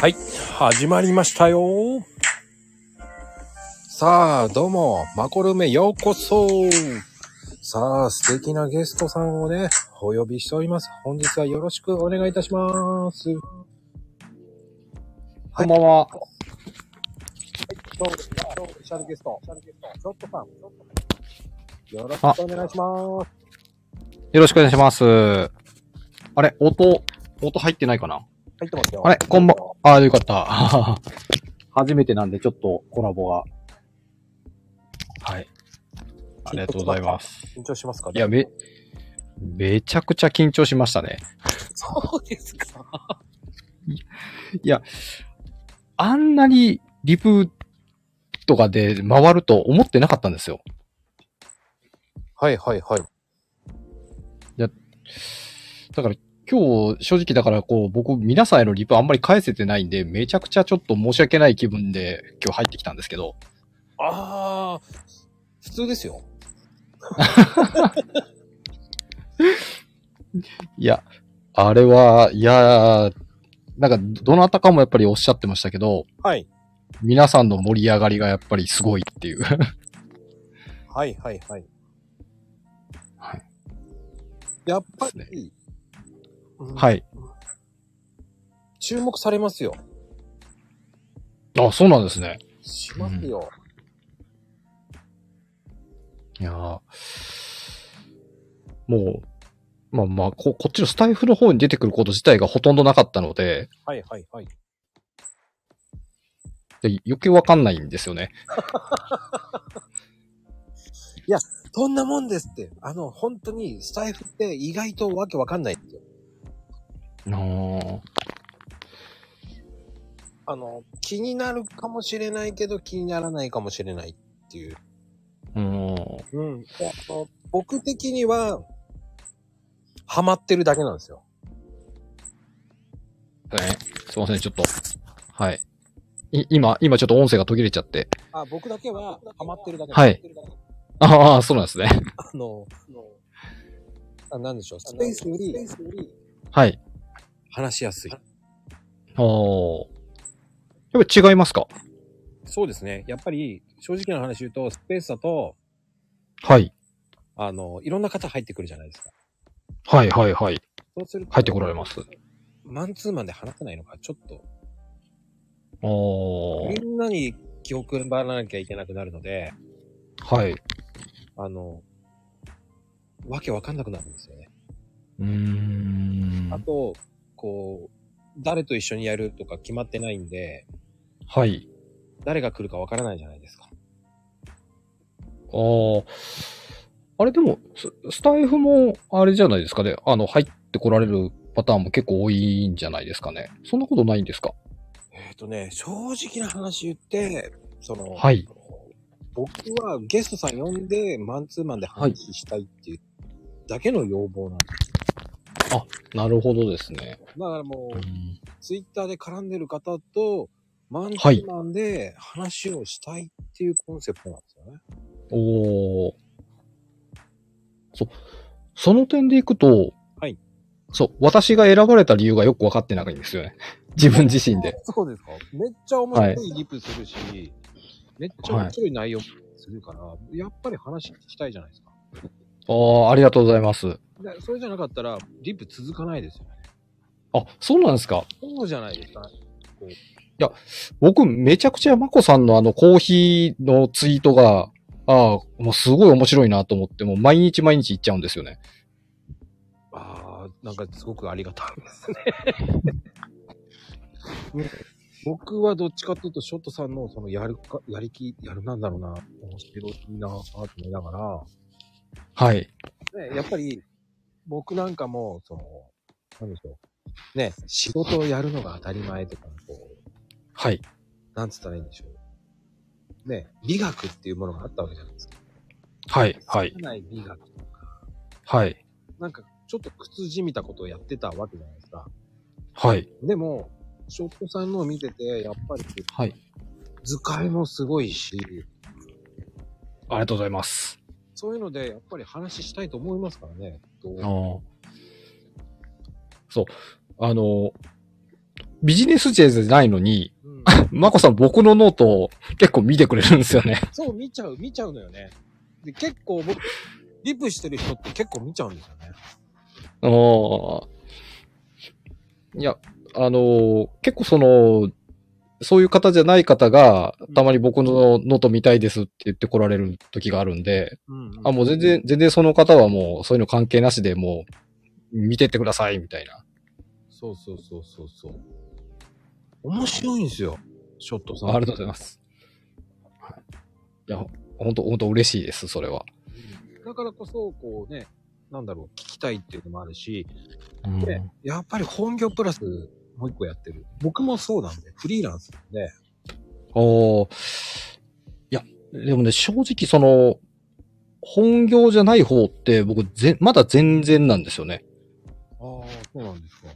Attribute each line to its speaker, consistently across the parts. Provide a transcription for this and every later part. Speaker 1: はい、始まりましたよ。さあ、どうも、マコルメようこそ。さあ、素敵なゲストさんをね、お呼びしております。本日はよろしくお願いいたします。
Speaker 2: こんばんは。
Speaker 1: 今日、今日、スペシャルゲスト、スペシャルゲスト、ロットさん。よろしくお願いします。
Speaker 2: よろしくお願いします。あれ、音、音入ってないかな
Speaker 1: 入ってますよ。
Speaker 2: あれ、こんばん、ああ、よかった。 初めてなんで、ちょっとコラボが。はい。ありがとうございます。
Speaker 1: 緊張しますか
Speaker 2: いや、め、めちゃくちゃ緊張しましたね。
Speaker 1: そうですか。
Speaker 2: あんなにリプとかで回ると思ってなかったんですよ。
Speaker 1: はいはいはい。
Speaker 2: だから今日正直だからこう僕皆さんへのリプあんまり返せてないんでめちゃくちゃちょっと申し訳ない気分で今日入ってきたんですけど。
Speaker 1: ああ、普通ですよ。
Speaker 2: いや、あれは、いやー、なんかどなたかもやっぱりおっしゃってましたけど、
Speaker 1: はい。
Speaker 2: 皆さんの盛り上がりがやっぱりすごいっていう。
Speaker 1: はいはいはい。
Speaker 2: はい。
Speaker 1: やっぱ
Speaker 2: で
Speaker 1: り、うん
Speaker 2: はい。
Speaker 1: 注目されますよ。
Speaker 2: あ、そうなんですね。
Speaker 1: しますよ。
Speaker 2: いやーもう、まあまあこ、こっちのスタイフの方に出てくること自体がほとんどなかったので、
Speaker 1: はいはいはい。
Speaker 2: で余計わかんないんですよね。
Speaker 1: そんなもんですって。あの、本当に、スタイフって意外とわけわかんないんですよ。
Speaker 2: あー
Speaker 1: あの、気になるかもしれないけど、気にならないかもしれないっていう。
Speaker 2: うん。
Speaker 1: うん。あの僕的には、ハマってるだけなんですよ。
Speaker 2: はい。すいません、ちょっと。はい。い、今、今ちょっと音声が途切れちゃって。
Speaker 1: あ、僕だけは、ハマってるだけ。
Speaker 2: はい。ああ、そうなんですね。
Speaker 1: あの、あなんでしょう。スペースより、
Speaker 2: はい。
Speaker 1: 話しやすい。
Speaker 2: おー。やっぱり違いますか
Speaker 1: そうですね。やっぱり、正直な話言うと、スペースだと、
Speaker 2: はい。
Speaker 1: あの、いろんな方入ってくるじゃないですか。
Speaker 2: はい、はい、はい。
Speaker 1: そうすると、
Speaker 2: 入ってこられます。
Speaker 1: マンツーマンで話せないのか、ちょっと、
Speaker 2: おー。
Speaker 1: みんなに気を配らなきゃいけなくなるので、
Speaker 2: はい。う
Speaker 1: あの、わけわかんなくなるんですよね。
Speaker 2: ーん
Speaker 1: あ。と、こう、誰と一緒にやるとか決まってないんで、
Speaker 2: はい。
Speaker 1: 誰が来るかわからないじゃないですか。
Speaker 2: おー。あれでも、ススタイフも、あれじゃないですかね。あの、入ってこられるパターンも結構多いんじゃないですかね。そんなことないんですか
Speaker 1: えっ、とね、正直な話言って、その、
Speaker 2: はい。
Speaker 1: 僕はゲストさん呼んで、マンツーマンで話したいっていうだけの要望なんです。
Speaker 2: なるほどですね。
Speaker 1: だからも
Speaker 2: う
Speaker 1: う、
Speaker 2: ん
Speaker 1: ツイッターで絡んでる方と、マンツ
Speaker 2: はい
Speaker 1: ーマンで話をしたいっていうコンセプトなんですよね。
Speaker 2: おお。そ、その点でいくと、
Speaker 1: はい。
Speaker 2: そう、私が選ばれた理由がよく分かってないんですよね。 自分自身で。
Speaker 1: そうですかめっちゃ面白いリプするし、めっちゃ面白い内容するから、やっぱり話聞きたいじゃないですか。
Speaker 2: ああ、ありがとうございます。
Speaker 1: でそれじゃなかったら、リプ続かないですよね。
Speaker 2: あ、そうなんですか。
Speaker 1: そうじゃないですか。
Speaker 2: 僕、めちゃくちゃまこさんのあのコーヒーのツイートが、ああ、もうすごい面白いなと思って、もう毎日毎日行っちゃうんですよね。
Speaker 1: ああ、なんかすごくありがたいです ね。僕はどっちかっていうと、ショットさんのそのやるか、やりき、やるなんだろうな、面白いなぁと思いなが
Speaker 2: はい。
Speaker 1: ら、ね、やっぱり僕なんかも、その、なんでしょう。ね、仕事をやるのが当たり前とか、こう、
Speaker 2: はい。
Speaker 1: なんつったらいいんでしょう。ね、美学っていうものがあったわけじゃないですか。
Speaker 2: はい。はい
Speaker 1: 知。らない美学。
Speaker 2: はい。
Speaker 1: なんか、ちょっと靴じみたことをやってたわけじゃないですか。
Speaker 2: はい。
Speaker 1: でも、ショットさんのを見てて、やっぱり
Speaker 2: はい。
Speaker 1: 図解もすごいし、
Speaker 2: ありがとうございます。
Speaker 1: そういうので、やっぱり話したいと思いますからね。
Speaker 2: ああそう。あの、ビジネスジェイじゃないのに、
Speaker 1: うん、
Speaker 2: マコさん僕のノートを結構見てくれるんですよね。
Speaker 1: そう、見ちゃう、見ちゃうのよね。で、結構僕、リプしてる人って結構見ちゃうんですよね。
Speaker 2: おーいや、あのー結構その、そういう方じゃない方が、たまに僕のノート見たいですって言って来られる時があるんで、
Speaker 1: うん、
Speaker 2: あ、もう全然、全然その方はもうそういうの関係なしでもう、見てってください、みたいな。
Speaker 1: そうそうそうそうそう。面白いんですよ、ショットさん。
Speaker 2: ありがとうございます。いや、ほんと、ほんと嬉しいです、それは。
Speaker 1: だからこそ、こうね、なんだろう、聞きたいっていうのもあるし、
Speaker 2: うん
Speaker 1: でやっぱり本業プラスもう一個やってる。僕もそうなんで、フリーランスなんで。
Speaker 2: おーいや、でもね、正直その、本業じゃない方って僕ぜ、まだ全然なんですよね。
Speaker 1: ああ、そうなんですか。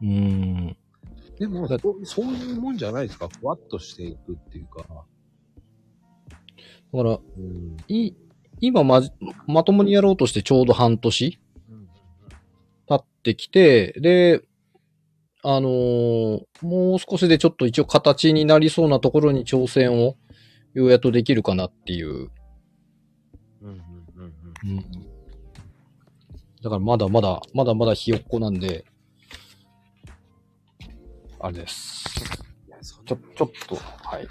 Speaker 2: うん。
Speaker 1: でも
Speaker 2: だ
Speaker 1: そ、そういうもんじゃないですか。ふわっとしていくっていうか。
Speaker 2: だから、
Speaker 1: うん。
Speaker 2: い、今まじ、まともにやろうとしてちょうど半年経ってきて、で、あのーもう少しでちょっと一応形になりそうなところに挑戦をようやっとできるかなっていう。
Speaker 1: うん、うん、うん、うん。
Speaker 2: だからまだまだ、まだまだひよっこなんで、あれです。
Speaker 1: いや、そんな
Speaker 2: ちょ、ちょっと、はい。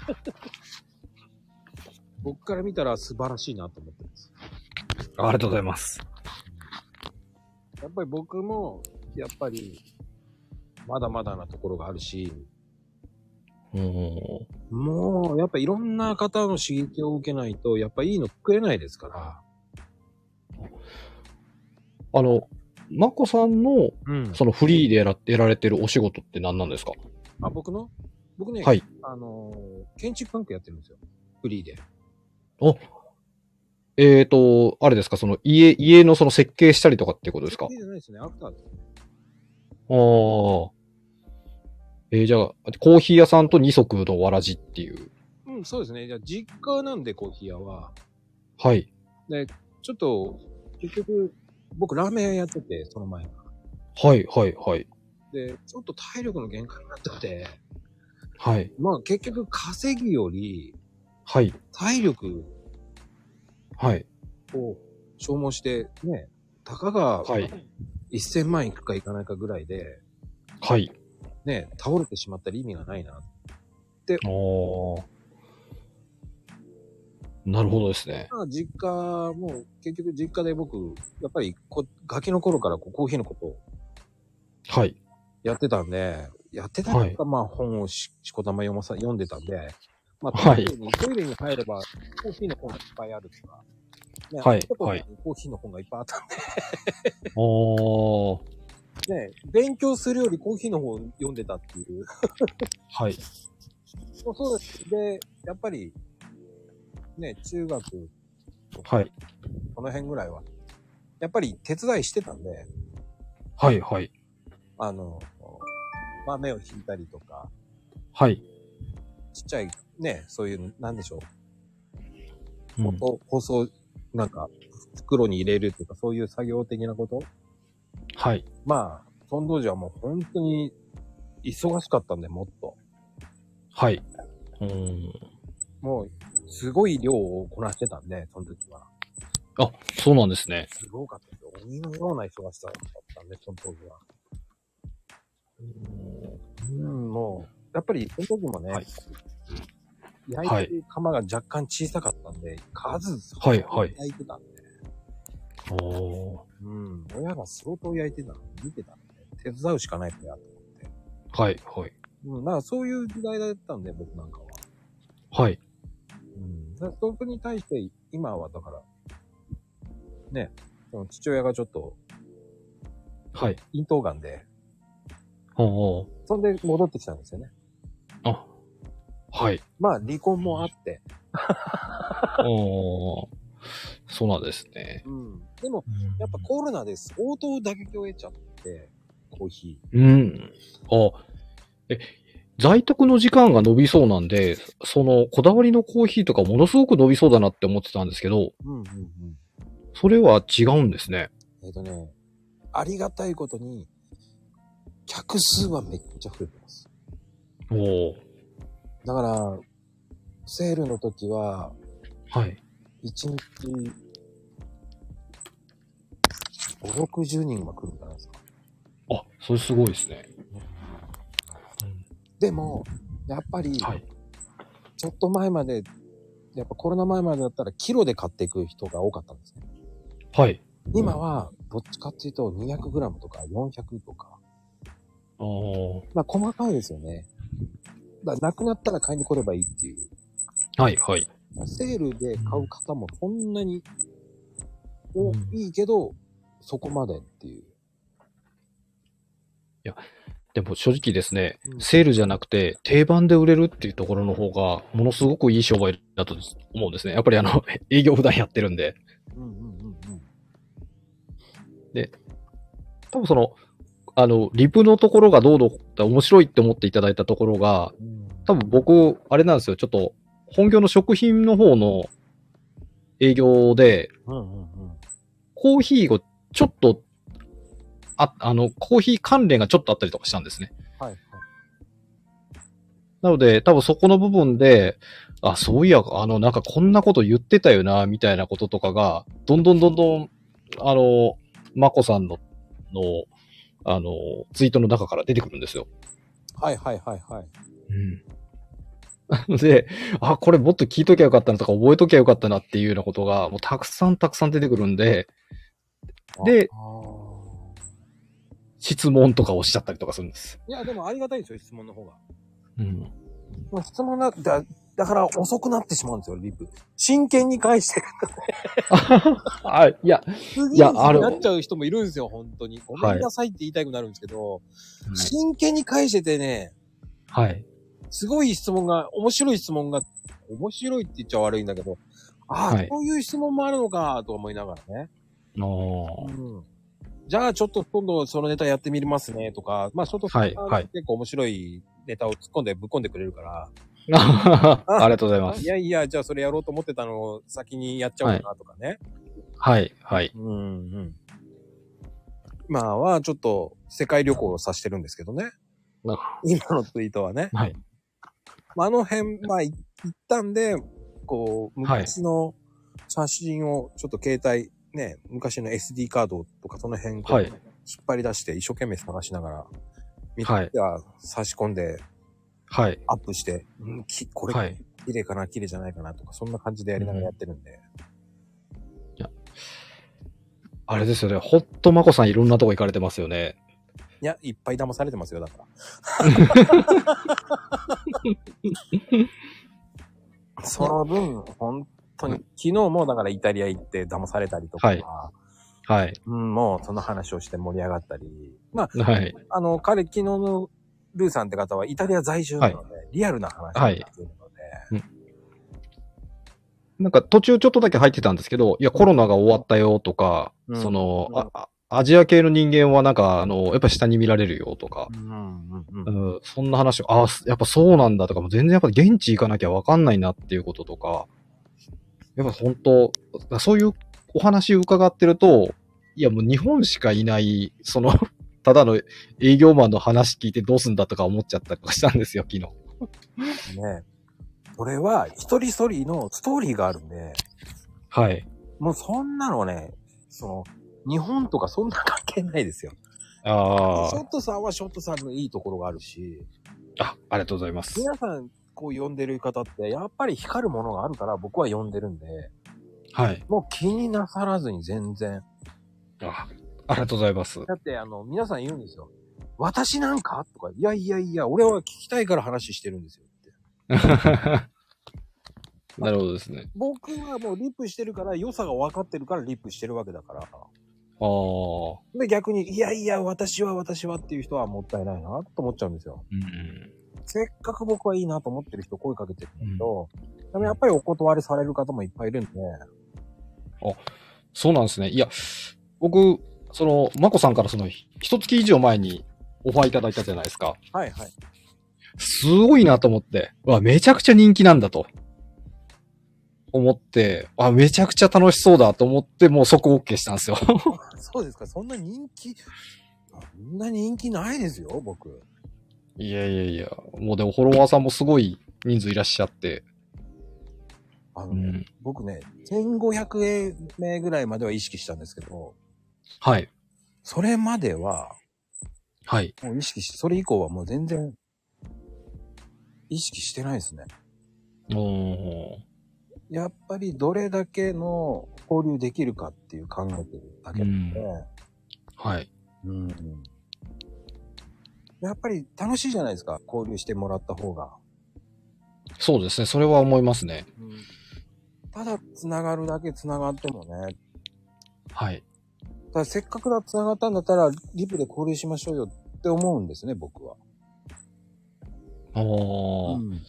Speaker 1: 僕から見たら素晴らしいなと思ってます。
Speaker 2: ありがとうございます。
Speaker 1: やっぱり僕も、やっぱり、まだまだなところがあるし、
Speaker 2: うん。
Speaker 1: もう、やっぱいろんな方の刺激を受けないと、やっぱいいの作れないですから。
Speaker 2: あの、まこさんの、
Speaker 1: うん
Speaker 2: そのフリーでやらやられてるお仕事って何なんですか
Speaker 1: あ、僕の僕ね、
Speaker 2: はい
Speaker 1: あのー建築関係やってるんですよ。フリーで。
Speaker 2: えーと、あれですか、その家、家のその設計したりとかっていうことですか
Speaker 1: フリーじゃないですね、アフターです。
Speaker 2: ああ。えーじゃあ、コーヒー屋さんと二足のわらじっていう。
Speaker 1: うん、そうですね。じゃあ実家なんでコーヒー屋は、
Speaker 2: はい。
Speaker 1: ちょっと、結局、僕ラーメン屋やってて、その前は。
Speaker 2: はい、はい、はい。
Speaker 1: で、ちょっと体力の限界になっちゃって、
Speaker 2: はい。
Speaker 1: まあ結局稼ぎより、
Speaker 2: はい。
Speaker 1: 体力
Speaker 2: はい。
Speaker 1: を消耗して、ね、たかが
Speaker 2: はい。
Speaker 1: 1000万いくかいかないかぐらいで、
Speaker 2: はい。
Speaker 1: ね、倒れてしまったら意味がないな。
Speaker 2: ああ。なるほどですね。
Speaker 1: まあ、実家、もう結局実家で僕、やっぱりこガキの頃からこうコーヒーのことを
Speaker 2: はい。
Speaker 1: やってたんで、やってたのか、まあ本をししこたま読まさ、読んでたんで、まあ、
Speaker 2: はい
Speaker 1: トイレにトイレに入ればコーヒーの本がいっぱいあるとか、ね
Speaker 2: はい
Speaker 1: あとこ
Speaker 2: はい
Speaker 1: にコーヒーの本がいっぱいあったん
Speaker 2: ああ。
Speaker 1: で、ね、勉強するよりコーヒーの本を読んでたっていう。
Speaker 2: はい。
Speaker 1: そうそうです。で、やっぱり、ね、中学、
Speaker 2: はい。
Speaker 1: この辺ぐらいは、やっぱり手伝いしてたんで、
Speaker 2: はい。はい。
Speaker 1: あの、豆を引いたりとか、
Speaker 2: はい。
Speaker 1: ちっちゃい、ね、そういう、なんでしょ
Speaker 2: う
Speaker 1: う、
Speaker 2: ん、
Speaker 1: 包包装、なんか、袋に入れるとか、そういう作業的なこと
Speaker 2: はい。
Speaker 1: まあ、その当時はもう本当に、忙しかったんで、もっと。
Speaker 2: はい。うん。
Speaker 1: もう、すごい量をこなしてたんで、その時は。
Speaker 2: あ、そうなんですね。
Speaker 1: すごかったですよ。鬼のような忙しさだったんで、その当時は。うん、もう、やっぱり、その時もね、
Speaker 2: はい
Speaker 1: 焼いてる釜が若干小さかったんで、数、
Speaker 2: はいはい
Speaker 1: 焼いてたんで、
Speaker 2: おお。
Speaker 1: うん、親が相当焼いてたの見てたんで、手伝うしかないってやって。
Speaker 2: はい。はい。
Speaker 1: うん、だからそういう時代だったんで、僕なんかは。
Speaker 2: はい。
Speaker 1: うん、だからそこに対して、今はだから、ね、その父親がちょっと、
Speaker 2: はい。
Speaker 1: 咽頭癌で、
Speaker 2: おお。
Speaker 1: そんで戻ってきたんですよね。
Speaker 2: あ。はい。
Speaker 1: まあ、離婚もあって、
Speaker 2: おお。そうなんですね。
Speaker 1: うん。でも、やっぱコロナで相当打撃を得ちゃって、コーヒ
Speaker 2: うん。あ、え、在宅の時間が伸びそうなんで、その、こだわりのコーヒーとかものすごく伸びそうだなって思ってたんですけど、
Speaker 1: ー。うんうんうん。
Speaker 2: それは違うんですね。
Speaker 1: えっ、とね、ありがたいことに、客数はめっちゃ増えてます。
Speaker 2: おー
Speaker 1: だから、セールの時は、
Speaker 2: はい。
Speaker 1: 1日、5、60人は来るんじゃないですか。
Speaker 2: あ、それすごいですね。
Speaker 1: でも、やっぱり、
Speaker 2: はい。
Speaker 1: ちょっと前まで、やっぱコロナ前までだったらキロで買っていく人が多かったんですね。
Speaker 2: はい。
Speaker 1: 今は、どっちかっていうと 200g とか400とか、
Speaker 2: あー
Speaker 1: まあ細かいですよね。だからなくなったら買いに来ればいいっていう。
Speaker 2: はい、はい。
Speaker 1: セールで買う方もそんなに多いけど、そこまでっていう。
Speaker 2: でも正直ですね、
Speaker 1: うん
Speaker 2: セールじゃなくて定番で売れるっていうところの方が、ものすごくいい商売だと思うんですね。やっぱりあの、 営業普段やってるんで。
Speaker 1: うんうんうんうん。
Speaker 2: 多分その、あの、リプのところがどうだった面白いって思っていただいたところが、多分僕、あれなんですよ、ちょっと、本業の食品の方の営業で、
Speaker 1: うんうんうん。
Speaker 2: コーヒーをちょっと、あ、あの、コーヒー関連がちょっとあったりとかしたんですね。
Speaker 1: はいはい。
Speaker 2: なので、多分そこの部分で、あ、そういや、あの、なんかこんなこと言ってたよな、みたいなこととかが、どんどんどんどん、あの、まこさんの、の、あの、ツイートの中から出てくるんですよ。
Speaker 1: はいはいはいはい。
Speaker 2: うん。なので、あ、これもっと聞いときゃよかったなとか、覚えときゃよかったなっていうようなことが、もうたくさんたくさん出てくるんで、で
Speaker 1: あー
Speaker 2: 質問とかをしちゃったりとかするんです。
Speaker 1: いや、でもありがたいですよ、質問の方が。
Speaker 2: うん。
Speaker 1: まあ質問な、だ、だから遅くなってしまうんですよ、リプ。真剣に返して。
Speaker 2: あ、いや、
Speaker 1: 次
Speaker 2: いや
Speaker 1: に
Speaker 2: ある
Speaker 1: なっちゃう人もいるんですよ、本当に。ごめんなさいって言いたくなるんですけど、真剣に返しててね、
Speaker 2: はい。
Speaker 1: すごい質問が、面白い質問が、面白いって言っちゃ悪いんだけど、ああ、
Speaker 2: はい
Speaker 1: そういう質問もあるのか、と思いながらね。う
Speaker 2: あー
Speaker 1: ん。じゃあ、ちょっと今度そのネタやってみますね、とか、まあ、ちょっと、
Speaker 2: はいはい
Speaker 1: 結構面白いネタを突っ込んでぶっ込んでくれるから、
Speaker 2: ありがとうございま
Speaker 1: い
Speaker 2: す。
Speaker 1: やいや、じゃあそれやろうと思ってたのを先にやっちゃおうかなとかね。
Speaker 2: はい、はい。
Speaker 1: うんうん。今はちょっと世界旅行をさしてるんですけどね
Speaker 2: なる。
Speaker 1: 今のツイートはね。
Speaker 2: はい。
Speaker 1: まあ、あの辺、まあ、い行ったんで、こう、
Speaker 2: はい
Speaker 1: 昔の写真をちょっと携帯、ね、昔の SD カードとかその辺、
Speaker 2: はい
Speaker 1: 引っ張り出して一生懸命探しながら、見
Speaker 2: はい
Speaker 1: ては差し込んで
Speaker 2: はい。
Speaker 1: アップして、うん、きこれ
Speaker 2: はい。
Speaker 1: 綺麗かな、綺麗じゃないかなとか、そんな感じでやりながらやってるんで。
Speaker 2: あれですよね。ほっとまこさんいろんなとこ行かれてますよね。
Speaker 1: いや、いっぱい騙されてますよ、だ から。その分、本当に、昨日もだからイタリア行って騙されたりとか、
Speaker 2: はいはい。
Speaker 1: うん、もうその話をして盛り上がったり、まあ、
Speaker 2: はい。
Speaker 1: あの、彼、昨日のルーさんって方はイタリア在住なので、リアルな話をしてるので、
Speaker 2: なんか途中ちょっとだけ入ってたんですけど、いや、コロナが終わったよとか、
Speaker 1: うん
Speaker 2: そ
Speaker 1: うん
Speaker 2: の、ああアジア系の人間はなんか、あの、やっぱ下に見られるよとか、
Speaker 1: うんうんうん
Speaker 2: うん、そんな話を、ああ、やっぱそうなんだとか、もう全然やっぱ現地行かなきゃわかんないなっていうこととか、やっぱ本当、そういうお話を伺ってると、いやもう日本しかいない、その、 ただの営業マンの話聞いてどうすんだとか思っちゃったりとかしたんですよ、昨日。
Speaker 1: ね。これは、一人一人のストーリーがあるんで、
Speaker 2: はい。
Speaker 1: もうそんなのね、その、日本とかそんな関係ないですよ。
Speaker 2: あ
Speaker 1: ショットさんはショットさんのいいところがあるし、
Speaker 2: あ、あ、ありがとうございます。
Speaker 1: 皆さんこう呼んでる方って、やっぱり光るものがあるから僕は呼んでるんで、
Speaker 2: はい。
Speaker 1: もう気になさらずに全然。
Speaker 2: あありがとうござい ます。
Speaker 1: だってあの、皆さん言うんですよ。私なんかとか、いやいやいや、俺は聞きたいから話してるんですよって。
Speaker 2: なるほどですね。
Speaker 1: 僕はもうリップしてるから、良さが分かってるからリップしてるわけだから。
Speaker 2: ああ。
Speaker 1: で、逆に、いやいや、私は私はっていう人はもったいないなと思っちゃうんですよ。
Speaker 2: うん。
Speaker 1: せっかく僕はいいなと思ってる人声かけてるんだけど、でもやっぱりお断りされる方もいっぱいいるんで、
Speaker 2: そうなんですね。いや、僕、その、まこさんからその、ひ一月以上前にオファーいただいたじゃないですか。
Speaker 1: はいはい。
Speaker 2: すごいなと思って、うわ、めちゃくちゃ人気なんだと。思って、あ、めちゃくちゃ楽しそうだと思って、もう即 OK したんですよ。
Speaker 1: そうですか、そんな人気、そんな人気ないですよ、僕。
Speaker 2: いやいやいや、もうでもフォロワーさんもすごい人数いらっしゃって。
Speaker 1: あの、
Speaker 2: うん。
Speaker 1: 僕ね、1500名ぐらいまでは意識したんですけど、
Speaker 2: はい。
Speaker 1: それまでは、
Speaker 2: はい。
Speaker 1: もう意識し、それ以降はもう全然、意識してないですね。
Speaker 2: おー。
Speaker 1: やっぱりどれだけの交流できるかっていう考えてるだけなので、
Speaker 2: はい。
Speaker 1: うんやっぱり楽しいじゃないですか、交流してもらった方が。
Speaker 2: そうですね。それは思いますね。
Speaker 1: ただ繋がるだけ繋がってもね、
Speaker 2: はい。
Speaker 1: ただせっかくだ繋がったんだったらリプで交流しましょうよって思うんですね、僕は。
Speaker 2: おー。
Speaker 1: うん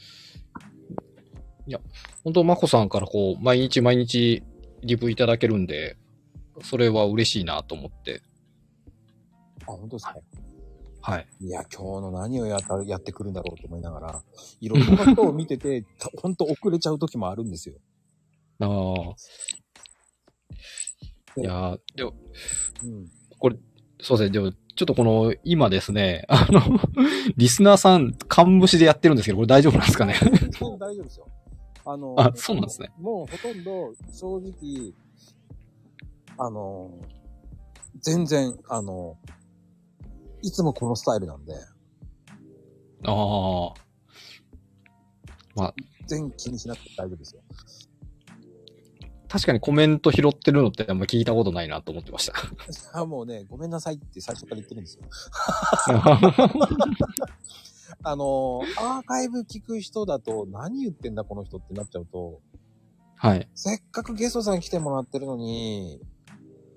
Speaker 2: 本当、まこさんからこう、毎日毎日リプいただけるんで、それは嬉しいなと思って。
Speaker 1: あ、本当ですか、
Speaker 2: はい。
Speaker 1: いや、今日の何をやったやってくるんだろうと思いながら、いろんなことを見てて、た ほんと遅れちゃう時もあるんですよ。
Speaker 2: ああ。いやーでも、
Speaker 1: うん。
Speaker 2: そうですね。でも、ちょっとこの、今ですね、 あの、リスナーさん、缶無視でやってるんですけど、これ大丈夫なんです かね。
Speaker 1: 全然大丈夫ですよ。あの、
Speaker 2: あそうなんですね。
Speaker 1: もうほとんど、正直、あの、全然、あの、いつもこのスタイルなんで、
Speaker 2: ああ。
Speaker 1: 全然気にしなくて大丈夫ですよ。
Speaker 2: 確かにコメント拾ってるのってあんま聞いたことないなと思ってま した。
Speaker 1: あもうね、ごめんなさいって最初から言ってるんですよ。あの、アーカイブ聞く人だと、何言ってんだこの人ってなっちゃうと、
Speaker 2: はい。
Speaker 1: せっかくゲストさん来てもらってるのに、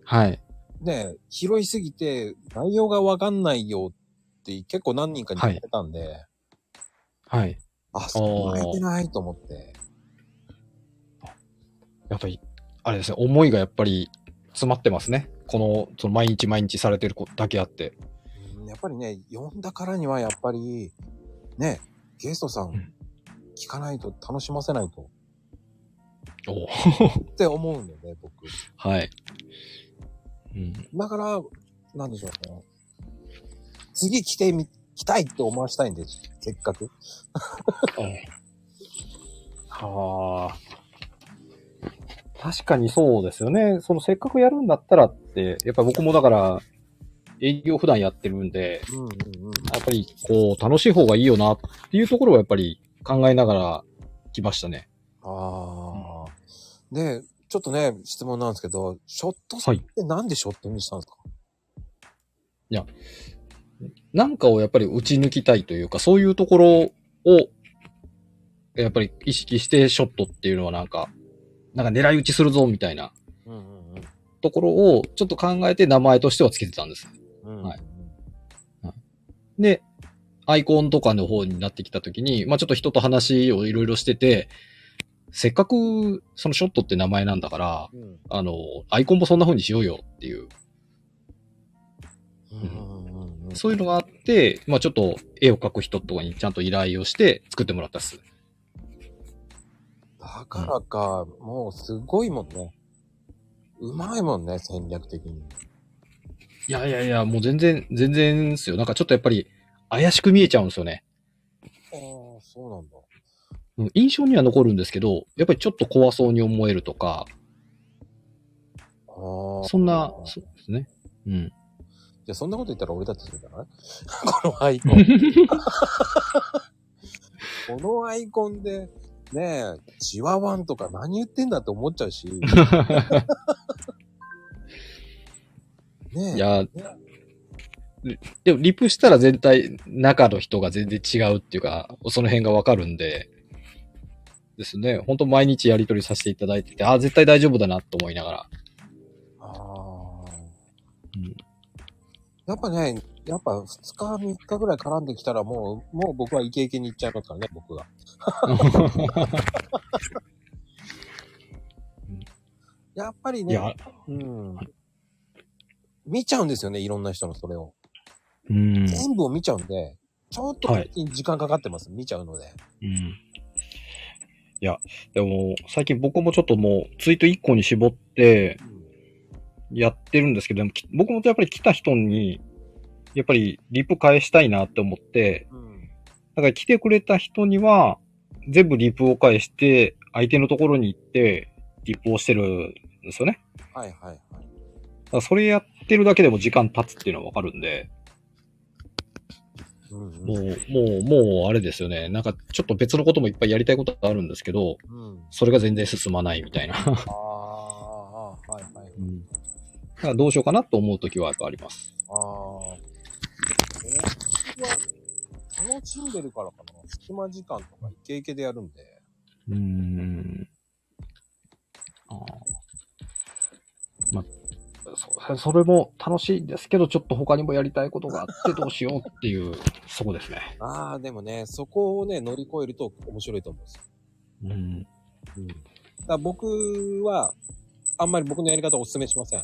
Speaker 2: はい。
Speaker 1: ね、拾いすぎて、内容がわかんないよって結構何人かに言われたんで、
Speaker 2: はい。
Speaker 1: あ、そう言われてないと思って。
Speaker 2: やっぱり、あれですね、思いがやっぱり詰まってますね。この、その毎日毎日されてることだけあって。
Speaker 1: うんやっぱりね、呼んだからにはやっぱり、ね、ゲストさん
Speaker 2: うん
Speaker 1: 聞かないと楽しませないと
Speaker 2: おお。
Speaker 1: って思うんだよね、僕。
Speaker 2: はい。うん。
Speaker 1: だから、なんでしょうね。次来てみ、来たいって思わしたいんです。せっかく。
Speaker 2: はあ。確かにそうですよね。そのせっかくやるんだったらって、やっぱ僕もだから、営業普段やってるんで、
Speaker 1: うんうんうん。
Speaker 2: やっぱりこう、楽しい方がいいよなっていうところはやっぱり考えながら来ましたね。
Speaker 1: ああ。で、ちょっとね、質問なんですけど、ショットさん
Speaker 2: は
Speaker 1: っ
Speaker 2: い
Speaker 1: てなんでショットにしたんですか、
Speaker 2: なんかをやっぱり打ち抜きたいというか、そういうところを、やっぱり意識してショットっていうのはなんか、なんか狙い撃ちするぞみたいな
Speaker 1: うんうんうん。
Speaker 2: ところをちょっと考えて名前としてはつけてたんです。
Speaker 1: うん
Speaker 2: はいで、アイコンとかの方になってきたときに、まあちょっと人と話をいろいろしてて、せっかくそのショットって名前なんだから、
Speaker 1: うん
Speaker 2: あの、アイコンもそんな風にしようよっていう、
Speaker 1: うんうんうん
Speaker 2: そういうのがあって、まあちょっと絵を描く人とかにちゃんと依頼をして作ってもらったっす。
Speaker 1: だからか、もうすごいもんね。うまいもんね、戦略的に。
Speaker 2: いやいやいや、もう全然、全然ですよ。なんかちょっとやっぱり怪しく見えちゃうんですよね。
Speaker 1: ああ、そうなんだ。
Speaker 2: うん印象には残るんですけど、やっぱりちょっと怖そうに思えるとか、
Speaker 1: ああ。
Speaker 2: そん
Speaker 1: い
Speaker 2: な、そうですね。うん。
Speaker 1: や、そんなこと言ったら俺だってするじゃない このア イコン。このアイコンで、ねえ、チワワンとか何言ってんだって思っちゃう し。ねえ。
Speaker 2: いや、ででもリプしたら全体、中の人が全然違うっていうか、その辺がわかるんで、ですね。本当毎日やりとりさせていただいてて、ああ、絶対大丈夫だなと思いながら。
Speaker 1: ああ
Speaker 2: うん。
Speaker 1: やっぱね、やっぱ2日、3日ぐらい絡んできたらもう、もう僕はイケイケに行っちゃいますからね、僕 が。やっぱり
Speaker 2: い
Speaker 1: ね、
Speaker 2: や、
Speaker 1: うん。見ちゃうんですよね、いろんな人のそれを。
Speaker 2: うん。
Speaker 1: 全部を見ちゃうんで、ちょっと
Speaker 2: はい
Speaker 1: 時間かかってます、見ちゃうので。
Speaker 2: うんいや、でも、最近僕もちょっともう、ツイート1個に絞ってやってるんですけど、でもき僕もやっぱり来た人に、やっぱりリプ返したいなって思って、
Speaker 1: うん。
Speaker 2: だから来てくれた人には、全部リプを返して、相手のところに行って、リプをしてるんですよね。
Speaker 1: はいはいはい。
Speaker 2: だからそれやってるだけでも時間経つっていうのはわかるんで、
Speaker 1: うんうん
Speaker 2: もう、もう、もうあれですよね。なんかちょっと別のこともいっぱいやりたいことがあるんですけど、
Speaker 1: うん。
Speaker 2: それが全然進まないみたいな。だか
Speaker 1: ああ、はいはい。
Speaker 2: らどうしようかなと思うときはやっぱあります。
Speaker 1: ああ。僕は楽しんでるからかな。隙間時間とかイケイケでやるんで。
Speaker 2: うーん。ああ。まそ、それも楽しいですけど、ちょっと他にもやりたいことがあってどうしようっていう、そこですね。
Speaker 1: ああ、でもね、そこをね、乗り越えると面白いと思うんですよ。
Speaker 2: うん。
Speaker 1: うん。だから僕は、あんまり僕のやり方をお勧めしません。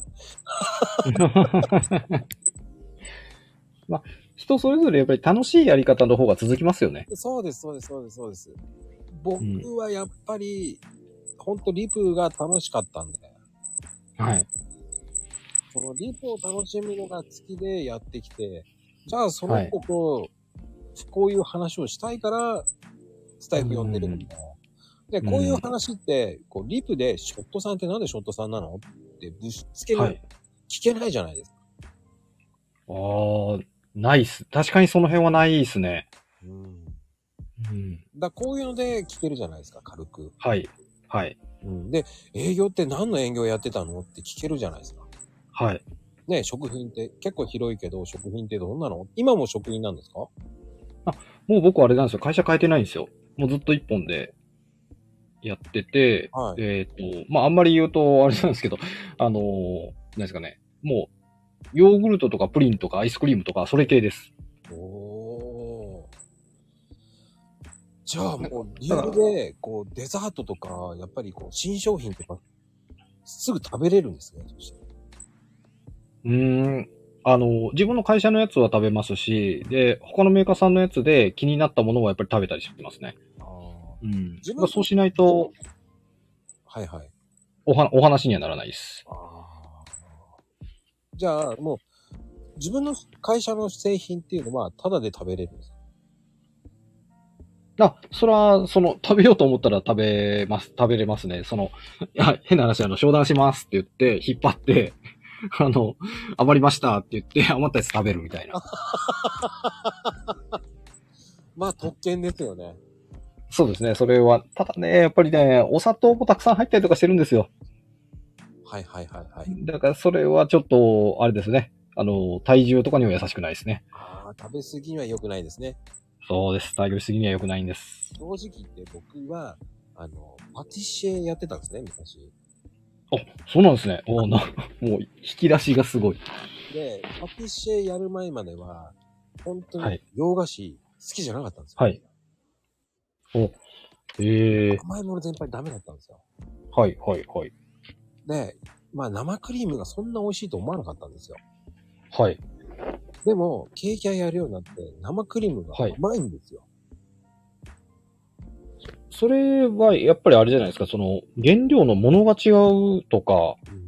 Speaker 2: 人それぞれやっぱり楽しいやり方の方が続きますよね。
Speaker 1: そうです、そうです、そうです、そうです。僕はやっぱり、ほんとリプが楽しかったんで、
Speaker 2: はい。
Speaker 1: そのリプを楽しむのが好きでやってきて、じゃあその人と、こういう話をしたいから、スタイフ呼んでるみたいな。で、こういう話って、こう、リプで、ショットさんってなんでショットさんなのってぶしつける、
Speaker 2: はい。
Speaker 1: 聞けないじゃないですか。
Speaker 2: ああ、ないっす。確かにその辺はないですね。
Speaker 1: うん。
Speaker 2: うん。
Speaker 1: だからこういうので聞けるじゃないですか、軽く。
Speaker 2: はい。はい。
Speaker 1: うん。で、営業って何の営業やってたのって聞けるじゃないですか。
Speaker 2: はい。
Speaker 1: ね、食品って結構広いけど、食品ってどんなの今も食品なんですか
Speaker 2: もう僕はあれなんですよ。会社変えてないんですよ。もうずっと一本でやってて、
Speaker 1: はい
Speaker 2: えっ、と、まあ、あんまり言うと、あれなんですけど、あのーなんですかね。もう、ヨーグルトとかプリンとかアイスクリームとか、それ系です。
Speaker 1: おー。じゃあもう、理由で、こう、デザートとか、やっぱりこう、新商品とか、すぐ食べれるんですね。そして
Speaker 2: うーん。あのー自分の会社のやつは食べますし、で、他のメーカーさんのやつで気になったものはやっぱり食べたりしてますね。うん。
Speaker 1: 自分
Speaker 2: まあそうしないと、
Speaker 1: はいはい。
Speaker 2: おは、お話にはならないです。
Speaker 1: じゃあ、もう、自分の会社の製品っていうのは、ただで食べれるんです。
Speaker 2: あ、それは、その、食べようと思ったら食べます、食べれますね。その、いや、変な話、あの、商談しますって言って、引っ張って、あの、余りましたって言って、余ったやつ食べるみたいな。
Speaker 1: まあ、特権ですよね。
Speaker 2: そうですね、それは。ただね、やっぱりね、お砂糖もたくさん入ったりとかしてるんですよ。
Speaker 1: はいはいはいはい。
Speaker 2: だから、それはちょっと、あれですね。あの、体重とかには優しくないですね。
Speaker 1: ああ、食べ過ぎには良くないですね。
Speaker 2: そうです。体重しすぎには良くないんです。
Speaker 1: 正直言って僕は、あの、パティシエやってたんですね、昔。
Speaker 2: あ、そうなんですね。おーな、もう、引き出しがすごい。
Speaker 1: で、パティシエやる前までは、本当
Speaker 2: は
Speaker 1: に
Speaker 2: い
Speaker 1: 洋菓子好きじゃなかったんですよ。
Speaker 2: はいええ
Speaker 1: 甘いもの全般ダメだったんですよ。
Speaker 2: はい、はい、はい。
Speaker 1: で、まあ生クリームがそんな美味しいと思わなかったんですよ。
Speaker 2: はい。
Speaker 1: でも、ケーキ屋やるようになって、生クリームが
Speaker 2: はいう
Speaker 1: まいんですよ。
Speaker 2: それはやっぱりあれじゃないですか、その原料のものが違うとか、
Speaker 1: うん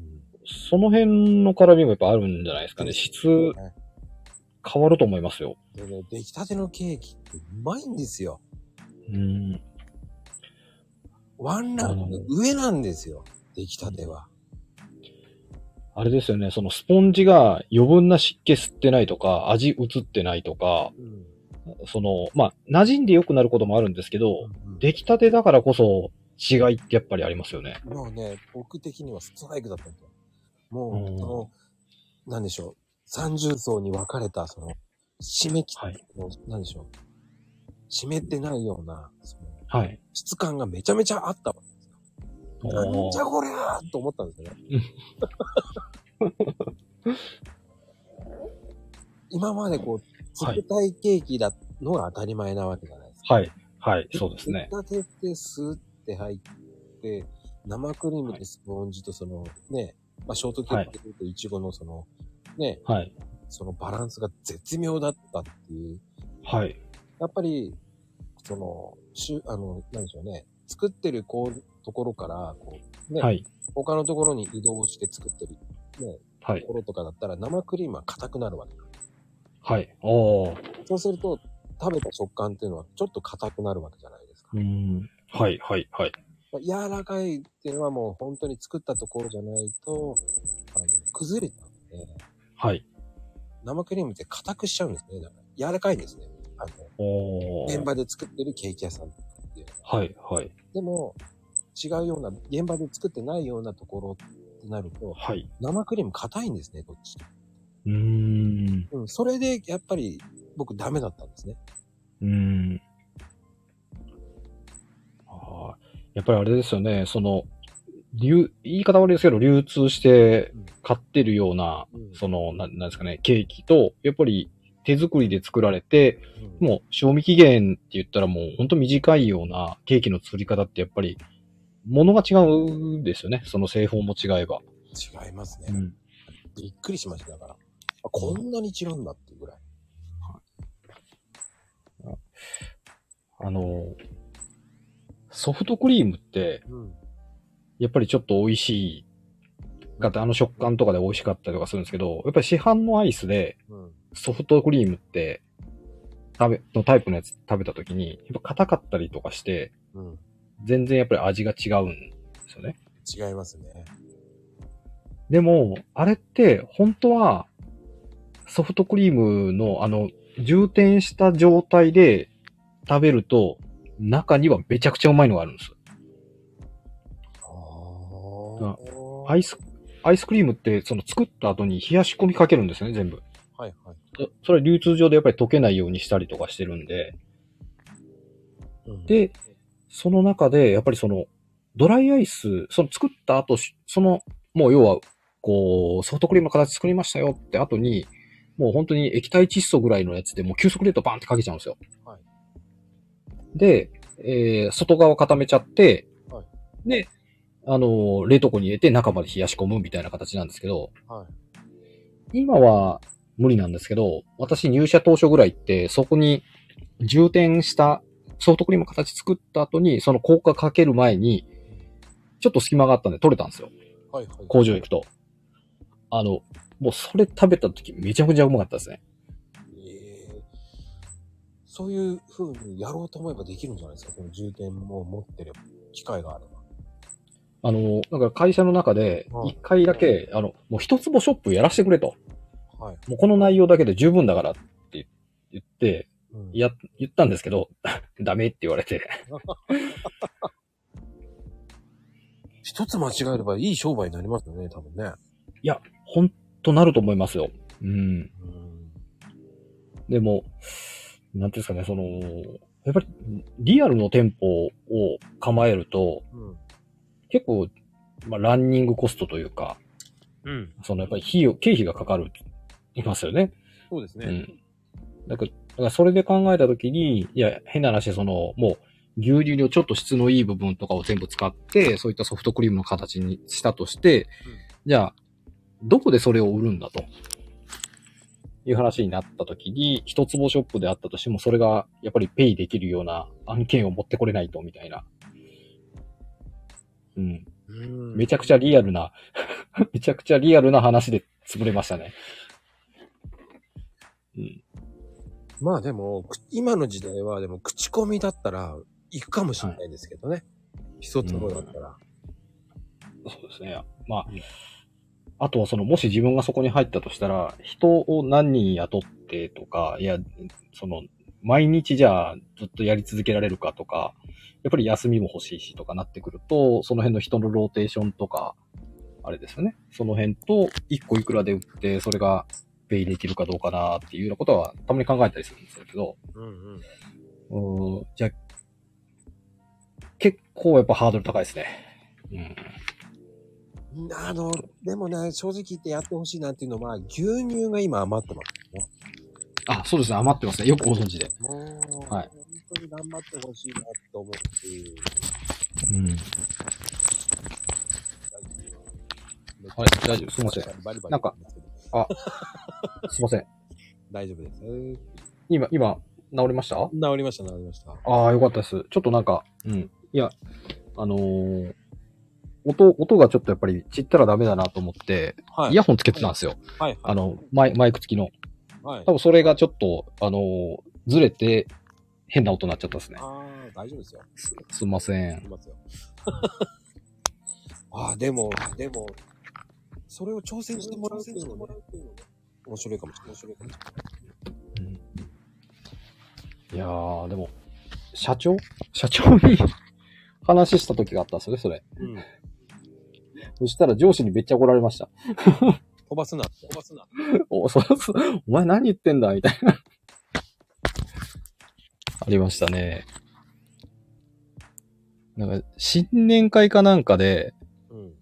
Speaker 2: その辺の絡みもやっぱあるんじゃないですかね。質
Speaker 1: ね
Speaker 2: 変わると思いますよ。
Speaker 1: でね、出来たてのケーキってうまいんですよ。
Speaker 2: うん。
Speaker 1: ワンランク上なんですよ。出来たては。
Speaker 2: あれですよね、そのスポンジが余分な湿気吸ってないとか、味移ってないとか、
Speaker 1: うん。
Speaker 2: その、まあ、馴染んで良くなることもあるんですけど、
Speaker 1: うん
Speaker 2: 出来たてだからこそ違いってやっぱりありますよね。
Speaker 1: もうね、僕的にはストライクだったんですよ。
Speaker 2: う
Speaker 1: もう、
Speaker 2: ん
Speaker 1: その、なんでしょう、三重層に分かれた、その、締め切
Speaker 2: はい。
Speaker 1: の、なんでしょう、締めてないような、その
Speaker 2: はい。
Speaker 1: 質感がめちゃめちゃあったわ。なんじゃこりゃーと思ったんですよね。 今までこう、
Speaker 2: はい
Speaker 1: 冷たいケーキだのが当たり前なわけじゃないですか。
Speaker 2: はい。はい。そうですね。
Speaker 1: 出来たてってスーって入って、生クリームとスポンジとその、ね、まあショートケーキとイチゴのその、ね、
Speaker 2: はい。
Speaker 1: そのバランスが絶妙だったっていう。
Speaker 2: はい。
Speaker 1: やっぱり、その、しゅ、あの、なんでしょうね。作ってるこう、ところから、こう、ね、
Speaker 2: はい。
Speaker 1: 他のところに移動して作ってる、ね、
Speaker 2: は
Speaker 1: と
Speaker 2: い。
Speaker 1: ころとかだったら生クリームは硬くなるわけ。
Speaker 2: はい。おー。
Speaker 1: そうすると、食べた食感っていうのはちょっと硬くなるわけじゃないですか。
Speaker 2: うん。はい、はい、はい。
Speaker 1: 柔らかいっていうのはもう本当に作ったところじゃないと、あの、崩れちゃうんで、
Speaker 2: はい。
Speaker 1: 生クリームって硬くしちゃうんですね。だから柔らかいんですね。あの、
Speaker 2: お
Speaker 1: 現場で作ってるケーキ屋さんっていうのは。
Speaker 2: はい、はい、
Speaker 1: でも、違うような、現場で作ってないようなところってなると、
Speaker 2: はい。
Speaker 1: 生クリーム硬いんですね、どっちか
Speaker 2: うーん。
Speaker 1: うん、それで、やっぱり、僕ダメだったんですね。
Speaker 2: うーん。ああ、やっぱりあれですよね、その、流、言い方悪いですけど、流通して買ってるような、
Speaker 1: うん
Speaker 2: その、ななんですかね、ケーキと、やっぱり手作りで作られて、
Speaker 1: うん
Speaker 2: もう賞味期限って言ったらもうほんと短いようなケーキの作り方ってやっぱり、ものが違うんですよね、その製法も違えば。
Speaker 1: 違いますね。
Speaker 2: うん。
Speaker 1: びっくりしました、だから。あこんなに違うんだっていうぐらい。
Speaker 2: あの、ソフトクリームって、
Speaker 1: うん。
Speaker 2: やっぱりちょっと美味しい。かってあの食感とかで美味しかったりとかするんですけど、やっぱり市販のアイスで
Speaker 1: うん。
Speaker 2: ソフトクリームって、食べ、のタイプのやつ食べた時に、やっぱ硬かったりとかして、
Speaker 1: うん。
Speaker 2: 全然やっぱり味が違うんですよね。
Speaker 1: 違いますね。
Speaker 2: でも、あれって本当はソフトクリームのあの、充填した状態で食べると、中にはめちゃくちゃうまいのがあるんです。
Speaker 1: あー
Speaker 2: アイス、アイスクリームってその作った後に冷やし込みかけるんですよね、全部。
Speaker 1: はいはい。
Speaker 2: そそれは流通上でやっぱり溶けないようにしたりとかしてるんで、
Speaker 1: うん、
Speaker 2: で、その中で、やっぱりその、ドライアイス、その作った後し、その、もう要は、こう、ソフトクリームの形作りましたよって後に、もう本当に液体窒素ぐらいのやつでもう急速冷凍バーンってかけちゃうんですよ。
Speaker 1: はい
Speaker 2: で、えー外側固めちゃって、
Speaker 1: は
Speaker 2: で、あのー冷凍庫に入れて中まで冷やし込むみたいな形なんですけど、
Speaker 1: はい。
Speaker 2: 今は無理なんですけど、私入社当初ぐらいって、そこに充填したソフトクリームの形作った後に、その効果かける前に、ちょっと隙間があったんで取れたんですよ。
Speaker 1: はいはい。
Speaker 2: 工場行くと。あの、もうそれ食べた時めちゃくちゃうまかったですね。
Speaker 1: えーそういう風にやろうと思えばできるんじゃないですかその充填も持ってれば、機会があれば。
Speaker 2: あの、だから会社の中で
Speaker 1: うん
Speaker 2: 一回だけ、あの、もう一坪ショップやらせてくれと。
Speaker 1: はい。
Speaker 2: もうこの内容だけで十分だからって言って、
Speaker 1: うん、
Speaker 2: や、言ったんですけど、 ダメって言われて。
Speaker 1: 一つ間違えればいい商売になりますよね、多分ね。
Speaker 2: いや、ほんとなると思いますよ。うん。
Speaker 1: うん。
Speaker 2: でも、なんていうんですかね、その、やっぱりリアルの店舗を構えると、
Speaker 1: うん。
Speaker 2: 結構、まあ、ランニングコストというか、
Speaker 1: うん。
Speaker 2: そのやっぱり費用、経費がかかる、いますよね。
Speaker 1: そうですね。
Speaker 2: うん。だから、だからそれで考えたときに、いや、変な話、その、もう、牛乳のちょっと質のいい部分とかを全部使って、そういったソフトクリームの形にしたとして、じゃあ、どこでそれを売るんだと。いう話になったときに、一坪ショップであったとしても、それがやっぱりペイできるような案件を持ってこれないと、みたいな。うん。
Speaker 1: うん
Speaker 2: めちゃくちゃリアルな、 めちゃくちゃリアルな話で潰れましたね。うん。
Speaker 1: まあでも、く今の時代は、でも、口コミだったら、行くかもしれないですけどね。一つもだったら。
Speaker 2: そうですね。まあ
Speaker 1: うん、
Speaker 2: あとはその、もし自分がそこに入ったとしたら、人を何人雇ってとか、いや、その、毎日じゃあずっとやり続けられるかとか、やっぱり休みも欲しいしとかなってくると、その辺の人のローテーションとか、あれですよね。その辺と、一個いくらで売って、それが、ペイできるかどうかなっていうようなことは、たまに考えたりするんですけど、
Speaker 1: うんうん。
Speaker 2: うーん、じゃあ、結構やっぱハードル高いですね。うん。
Speaker 1: あの、でもね、正直言ってやってほしいなっていうのは、牛乳が今余ってます。
Speaker 2: あ、そうですね。余ってますね。よくご存知で。
Speaker 1: もう、
Speaker 2: はい
Speaker 1: 本当に頑張ってほしいなと思うし、
Speaker 2: うん。はい大丈夫すいません。
Speaker 1: バリバリ
Speaker 2: なんか、すいません。
Speaker 1: 大丈夫です。治
Speaker 2: 今、今、治りました
Speaker 1: りました、治りました。
Speaker 2: ああ、よかったです。ちょっとなんか、うん。いや、あのー音、音がちょっとやっぱり散ったらダメだなと思って、
Speaker 1: は
Speaker 2: イヤホンつけてたんですよ。
Speaker 1: はい、はい。
Speaker 2: あの、マイマイク付きの。
Speaker 1: はい
Speaker 2: 多。分それがちょっと、あのーずれて、変な音になっちゃったですね。
Speaker 1: ああ、大丈夫ですよ。
Speaker 2: すすいませ
Speaker 1: い
Speaker 2: ん。
Speaker 1: ますよ。 ああ、でも、でも、それを挑戦してもらうっていうのもね、面白いかもしれない。面白いかもしれない。
Speaker 2: いやー、でも、社長社長に話した時があったんですよね、それ。
Speaker 1: うん。
Speaker 2: そしたら上司にめっちゃ怒られました。
Speaker 1: 飛ばすなって。飛ばすな。
Speaker 2: お、そ、そ、お前何言ってんだみたいな。 ありましたね。なんか、新年会かなんかで、
Speaker 1: うん。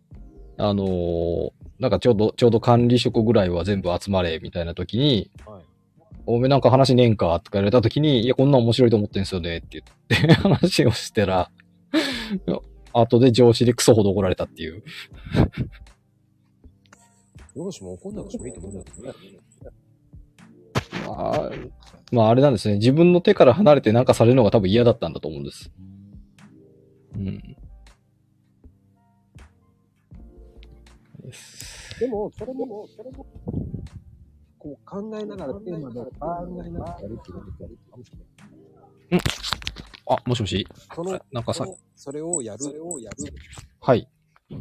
Speaker 2: あのーなんかちょうど、ちょうど管理職ぐらいは全部集まれ、みたいな時に、
Speaker 1: はい。
Speaker 2: おめえなんか話ねえんかとか言われた時に、いや、こんなん面白いと思ってんすよね、って言って 話をしたら、後で上司でクソほど怒られたっていう。
Speaker 1: 上司も怒んなくてもいいと思うんだけどね。
Speaker 2: まあ、まああれなんですね。自分の手から離れてなんかされるのが多分嫌だったんだと思うんです。うん。です
Speaker 1: でも、それも、それも、こう考えながらテーマで考えながらやるっていうことやるかもしれない。
Speaker 2: あ、もしもし。
Speaker 1: その、
Speaker 2: なんかさ、
Speaker 1: それをやる、それをやる、
Speaker 2: はい、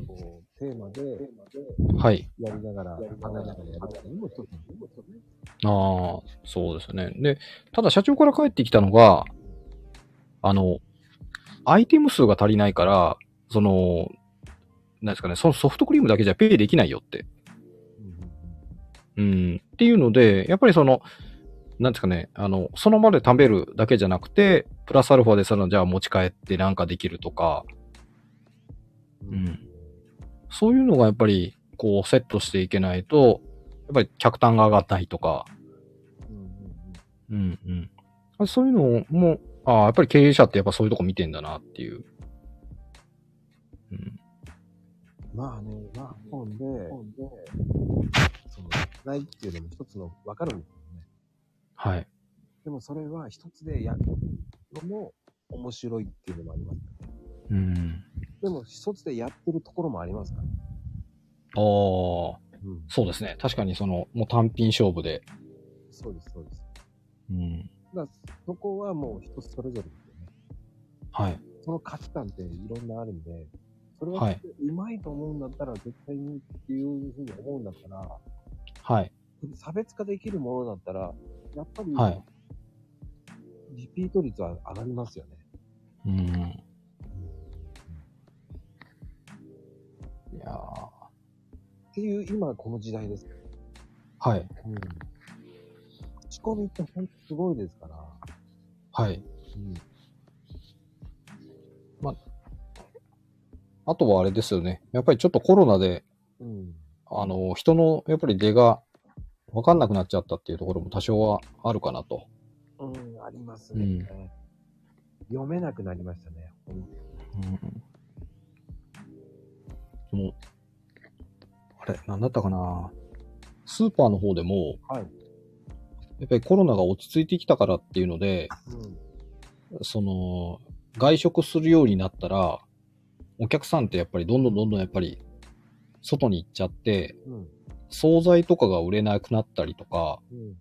Speaker 1: こう、テーマで
Speaker 2: はい。
Speaker 1: やりながら、考えながらやるっていうのも一つの。
Speaker 2: ああ、そうですね。で、ただ社長から帰ってきたのが、あの、アイテム数が足りないから、その、なんですかね、そのソフトクリームだけじゃペイできないよって。うん。っていうので、やっぱりその、なんですかね、あの、その場で食べるだけじゃなくて、プラスアルファでさらにじゃあ持ち帰ってなんかできるとか、
Speaker 1: うん
Speaker 2: う。ん。そういうのがやっぱり、こう、セットしていけないと、やっぱり客単が上がったりとか、うんうん。そういうのも、ああ、やっぱり経営者ってやっぱそういうとこ見てんだなっていう。うん、
Speaker 1: まあね、まあ、本で、その、ないっていうのも一つの、わかるんですよね。
Speaker 2: はい。
Speaker 1: でもそれは一つでやるのも面白いっていうのもありますよね。
Speaker 2: うん。
Speaker 1: でも一つでやってるところもありますからね。
Speaker 2: ああ、そ
Speaker 1: うん。
Speaker 2: うですね。確かにその、もう単品勝負で。
Speaker 1: そうです、そうです。
Speaker 2: うん。
Speaker 1: だからそこはもう人それぞれですよね。
Speaker 2: はい。
Speaker 1: その価値観っていろんなあるんで、それ
Speaker 2: は
Speaker 1: はいうまいと思うんだったら絶対にっていうふうに思うんだったら、
Speaker 2: はい。
Speaker 1: 差別化できるものだったら、やっぱり
Speaker 2: はい。
Speaker 1: リピート率は上がりますよね。
Speaker 2: うん。いやー
Speaker 1: っていう今この時代です。
Speaker 2: はい。
Speaker 1: うん。仕込みってほんとすごいですから。
Speaker 2: はい。
Speaker 1: うん。
Speaker 2: あとはあれですよね。やっぱりちょっとコロナで、
Speaker 1: うん。
Speaker 2: あの、人の、やっぱり出が分かんなくなっちゃったっていうところも多少はあるかなと。
Speaker 1: うん、ありますね。読めなくなりましたね。ほん
Speaker 2: うんもう、あれ、なんだったかなスーパーの方でも、
Speaker 1: はい
Speaker 2: やっぱりコロナが落ち着いてきたからっていうので、
Speaker 1: うん。
Speaker 2: その、外食するようになったら、お客さんってやっぱりどんどんどんどんやっぱり、外に行っちゃって、
Speaker 1: うん。
Speaker 2: 惣菜とかが売れなくなったりとか、
Speaker 1: うん。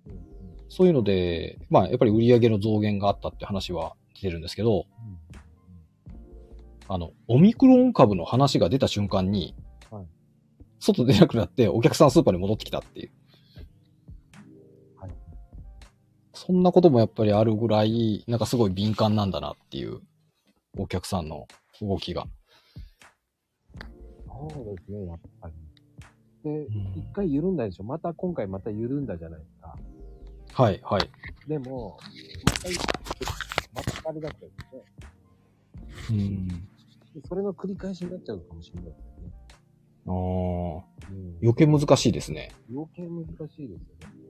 Speaker 2: そういうので、まあやっぱり売り上げの増減があったって話は出てるんですけど、あの、オミクロン株の話が出た瞬間に、
Speaker 1: はい
Speaker 2: 外出なくなってお客さんスーパーに戻ってきたっていう。
Speaker 1: はい
Speaker 2: そんなこともやっぱりあるぐらい、なんかすごい敏感なんだなっていう、お客さんの動きが。
Speaker 1: そうですね、やっぱり。で、一回緩んだでしょまた今回また緩んだじゃないですか。
Speaker 2: はい、はい。
Speaker 1: でも、また、またあれだったんですね。
Speaker 2: うん。
Speaker 1: でそれの繰り返しになっちゃうかもしれないで
Speaker 2: ああ、
Speaker 1: すよね。
Speaker 2: 余計難しいですね。
Speaker 1: うん。余計難しいですよね。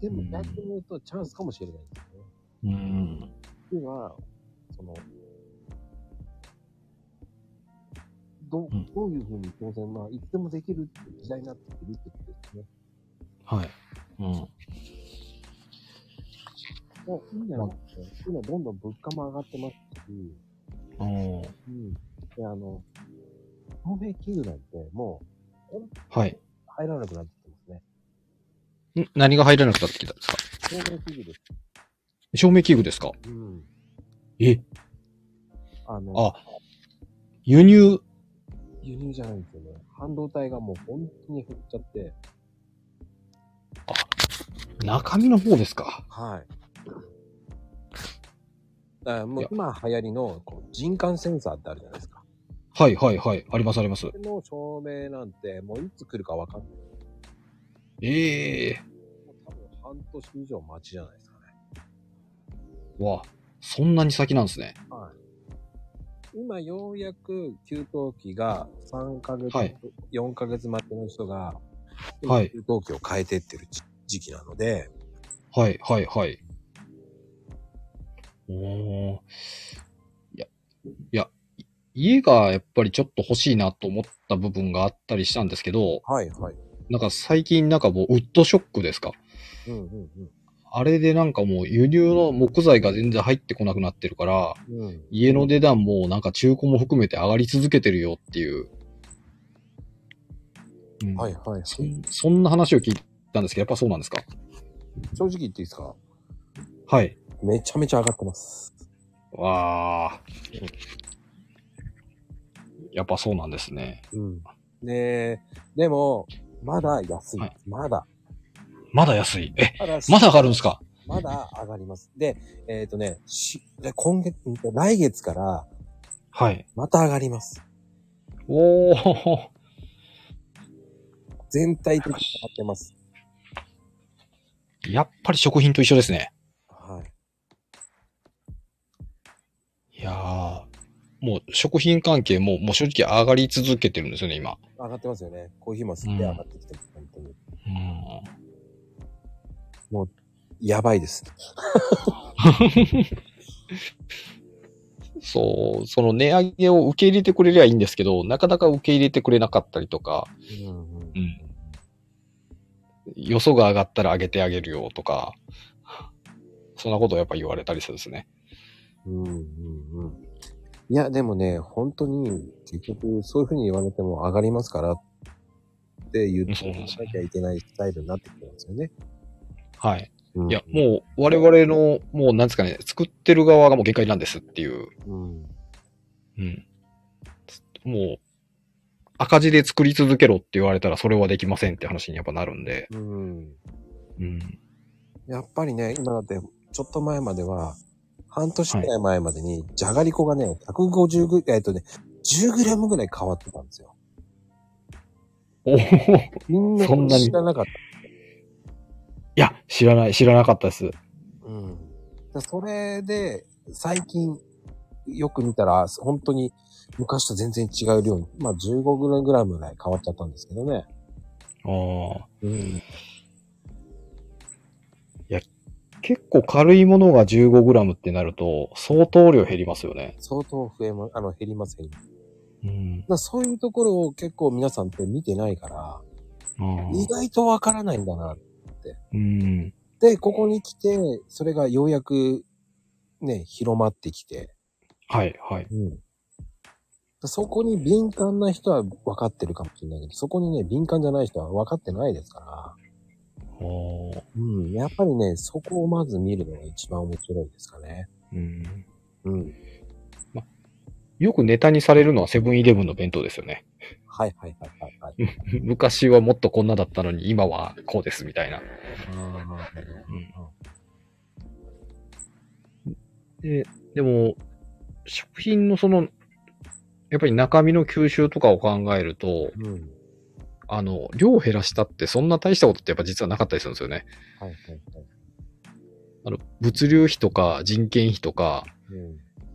Speaker 1: でも
Speaker 2: う、ん
Speaker 1: 逆に言うとチャンスかもしれないですよね。
Speaker 2: うん。
Speaker 1: っていうのは、その、ど
Speaker 2: うん
Speaker 1: どういうふうに当然、まあ、いつでもできるって時代になってくるってことですね。
Speaker 2: はい。うん。
Speaker 1: もういいんじゃなくて、今どんどん物価も上がってますし、
Speaker 2: あー
Speaker 1: うん。で、あの、透明器具なんてもう
Speaker 2: はい。
Speaker 1: 入らなくなってきてますね。
Speaker 2: ん何が入らなくなってきたんですか
Speaker 1: 透明器具です。
Speaker 2: 照明器具ですか
Speaker 1: うん。
Speaker 2: え
Speaker 1: あの、
Speaker 2: あ、輸入、
Speaker 1: 輸入じゃないんですよね。半導体がもう本当に減っちゃって。
Speaker 2: 中身の方ですか
Speaker 1: はい。だからもう今流行りのこう人感センサーってあるじゃないですか。
Speaker 2: はいはいはい。ありますあります
Speaker 1: そ。れの照明なんてもういつ来るかわかんない。
Speaker 2: ええ
Speaker 1: もう多分半年以上待ちじゃないですかね。
Speaker 2: わ、そんなに先なんですね。
Speaker 1: はい。今ようやく給湯器が3ヶ月、
Speaker 2: はい
Speaker 1: 4ヶ月待ちの人が、
Speaker 2: はい
Speaker 1: 給湯器を変えてってる時時期なので、
Speaker 2: はいはいはい。おー。いや、いや、い家がやっぱりちょっと欲しいなと思った部分があったりしたんですけど、
Speaker 1: はいはい。
Speaker 2: なんか最近なんかもうウッドショックですか
Speaker 1: うんうん
Speaker 2: あれでなんかもう輸入の木材が全然入ってこなくなってるから、
Speaker 1: うん。うん。
Speaker 2: 家の値段もなんか中古も含めて上がり続けてるよっていう。うん
Speaker 1: はいはい。
Speaker 2: そんそんな話を聞いたんですけど、やっぱそうなんですか
Speaker 1: 正直言っていいですか
Speaker 2: はい。
Speaker 1: めちゃめちゃ上がってます。
Speaker 2: わあ。やっぱそうなんですね。
Speaker 1: うん。で、でも、まだ安い。
Speaker 2: はい
Speaker 1: まだ。
Speaker 2: まだ安い。え、
Speaker 1: まだ
Speaker 2: まだ上がるんですか
Speaker 1: まだ上がります。で、えっ、とね、し、で今月、うんと来月から、
Speaker 2: はい。
Speaker 1: また上がります。
Speaker 2: おお。
Speaker 1: 全体的に上がってます。
Speaker 2: やっぱり食品と一緒ですね。
Speaker 1: はい。
Speaker 2: いやー。もう食品関係も、もう正直上がり続けてるんですよね、今。
Speaker 1: 上がってますよね。コーヒーもすっげえ上がってきてる、本当に。
Speaker 2: うん。
Speaker 1: やばいです。
Speaker 2: そう、その値上げを受け入れてくれりゃいいんですけど、なかなか受け入れてくれなかったりとか、
Speaker 1: うんうん
Speaker 2: うん。よそが上がったら上げてあげるよとか、そんなことをやっぱ言われたりするんですね。
Speaker 1: うんうんうん。いや、でもね、本当に、結局、そういうふうに言われても上がりますから、って言っておかなきゃいけないスタイルになってきてますよね。
Speaker 2: はい。
Speaker 1: うん
Speaker 2: いや、もう我々の、もうなんですかね、作ってる側がもう限界なんですっていう、
Speaker 1: うん。
Speaker 2: うん。もう、赤字で作り続けろって言われたらそれはできませんって話にやっぱなるんで、
Speaker 1: うん。
Speaker 2: うん。
Speaker 1: やっぱりね、今だって、ちょっと前までは、半年くらい前までに、じゃがりこがね、150グ、えっとね、10グラムぐらい変わってたんですよ。
Speaker 2: おーい
Speaker 1: みんな
Speaker 2: そんなに
Speaker 1: 知らなかっ
Speaker 2: や、知らない、知らなかったです。
Speaker 1: た。うん。だそれで、最近、よく見たら、本当に、昔と全然違う量に、まあ15グラムぐらい変わっちゃったんですけどね。
Speaker 2: ああ。
Speaker 1: うん。
Speaker 2: 結構軽いものが 15g ってなると、相当量減りますよね。
Speaker 1: 相当増えま、あの、減ります減ります。だ
Speaker 2: うん。
Speaker 1: からそういうところを結構皆さんって見てないから、意外とわからないんだな
Speaker 2: うん。
Speaker 1: で、ここに来て、それがようやく、ね、広まってきて、
Speaker 2: はい、はい。
Speaker 1: そこに敏感な人は分かってるかもしれないけど、そこにね、敏感じゃない人は分かってないですから、
Speaker 2: おー
Speaker 1: うん、やっぱりね、そこをまず見るのが一番面白いですかね。
Speaker 2: うん。
Speaker 1: うん。
Speaker 2: よくネタにされるのはセブンイレブンの弁当ですよね。
Speaker 1: はいはいはいはい、はい。
Speaker 2: 昔はもっとこんなだったのに、今はこうですみたいな。で、でも、食品のその、やっぱり中身の吸収とかを考えると、
Speaker 1: うん。うん。
Speaker 2: あの、量を減らしたってそんな大したことってやっぱ実はなかったりするんですよね。
Speaker 1: はいはいはい。
Speaker 2: あの、物流費とか人件費とか、
Speaker 1: う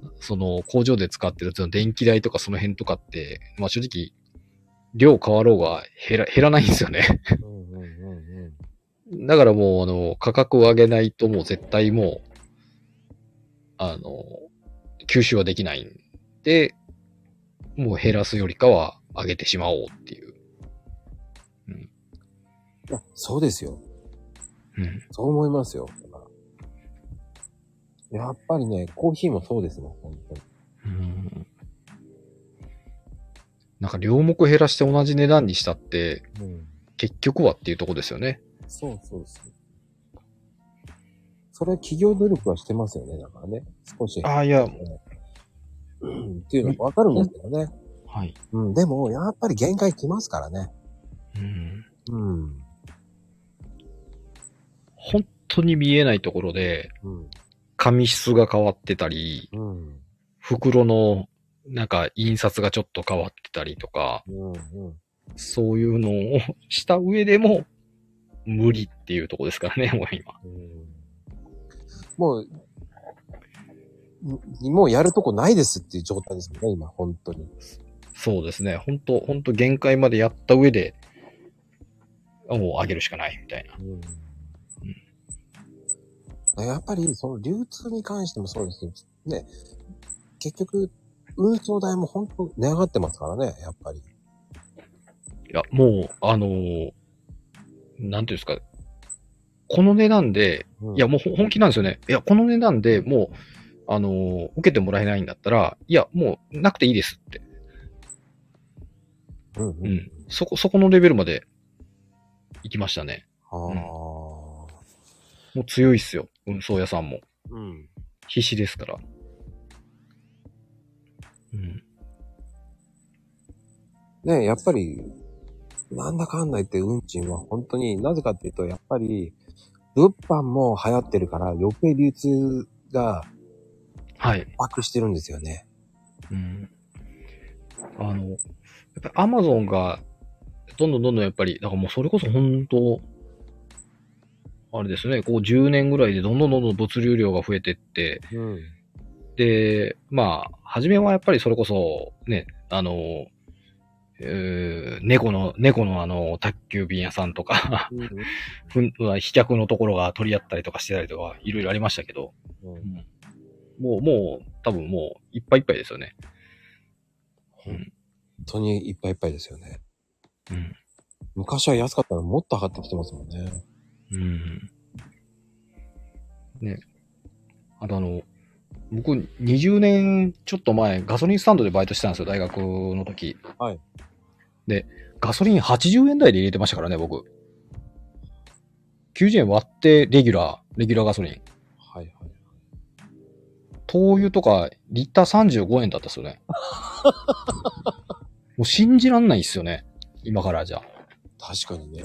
Speaker 1: ん。
Speaker 2: その工場で使ってるその電気代とかその辺とかって、まあ正直、量変わろうが減ら減らないんですよね。
Speaker 1: うんうんうんうん。
Speaker 2: だからもう、あの、価格を上げないともう絶対もう、あの、吸収はできないんで、もう減らすよりかは上げてしまおうっていう。
Speaker 1: いや、そうですよ。
Speaker 2: うん。
Speaker 1: そう思いますよ。やっぱりね、コーヒーもそうですもん、本当に。
Speaker 2: うん、なんか両目減らして同じ値段にしたって、
Speaker 1: うん。
Speaker 2: 結局はっていうとこですよね。
Speaker 1: そうそうそう。それは企業努力はしてますよね、だからね。少し。
Speaker 2: ああ、いや、
Speaker 1: うんっていうのもわかるんですけどね。
Speaker 2: はい。
Speaker 1: うん、でも、やっぱり限界来ますからね。
Speaker 2: うん。
Speaker 1: うん。
Speaker 2: 本当に見えないところで、
Speaker 1: うん。
Speaker 2: 紙質が変わってたり、
Speaker 1: うん。
Speaker 2: 袋の、なんか印刷がちょっと変わってたりとか、
Speaker 1: うん。うん。
Speaker 2: そういうのをした上でも、無理っていうとこですからね、もう今。
Speaker 1: うんもう、んもうやるとこないですっていう状態ですもんね、今、本当に。
Speaker 2: そうですね。本当本当限界までやった上で、もう上げるしかないみたいな。
Speaker 1: うん、やっぱり、その流通に関してもそうですけどね、結局、運送代も本当値上がってますからね、やっぱり。
Speaker 2: いや、もう、あのーなんていうんですか、この値段で、
Speaker 1: うん
Speaker 2: いや、もうほ本気なんですよね。いや、この値段でもう、あのー受けてもらえないんだったら、いや、もうなくていいですって。
Speaker 1: うんう。
Speaker 2: うんん。そこ、そこのレベルまで行きましたね。
Speaker 1: ああ。
Speaker 2: もう強いっすよ。運送屋さんも。
Speaker 1: うん。
Speaker 2: 必死ですから。うん。
Speaker 1: ね、やっぱり、なんだかんだ言って運賃は本当になぜかっていうと、やっぱり、物販も流行ってるから余計流通が
Speaker 2: はい。
Speaker 1: 悪してるんですよね。
Speaker 2: うん。あの、やっぱりアマゾンが、どんどんどんどんやっぱり、だからもうそれこそ本当、あれですね、こう10年ぐらいでどんどんどんどん物流量が増えてって、
Speaker 1: うん。
Speaker 2: で、まあ、初めはやっぱりそれこそ、ね、あの、えー猫の、猫のあの、宅急便屋さんとか、 ふん飛脚のところが取り合ったりとかしてたりとか、いろいろありましたけど、
Speaker 1: うん
Speaker 2: もう、もう、多分もう、いっぱいいっぱいですよね。
Speaker 1: 本当にいっぱいいっぱいですよね。
Speaker 2: うん。
Speaker 1: 昔は安かったらもっと上がってきてますもんね。
Speaker 2: うん。ね。あとあの、僕、20年ちょっと前、ガソリンスタンドでバイトしてたんですよ、大学の時。
Speaker 1: はい。
Speaker 2: で、ガソリン80円台で入れてましたからね、僕。90円割って、レギュラー、レギュラーガソリン。
Speaker 1: はいはい。
Speaker 2: 灯油とか、リッター35円だったっす よね。もう信じらんないっすよね。今からじゃ。
Speaker 1: 確かにね。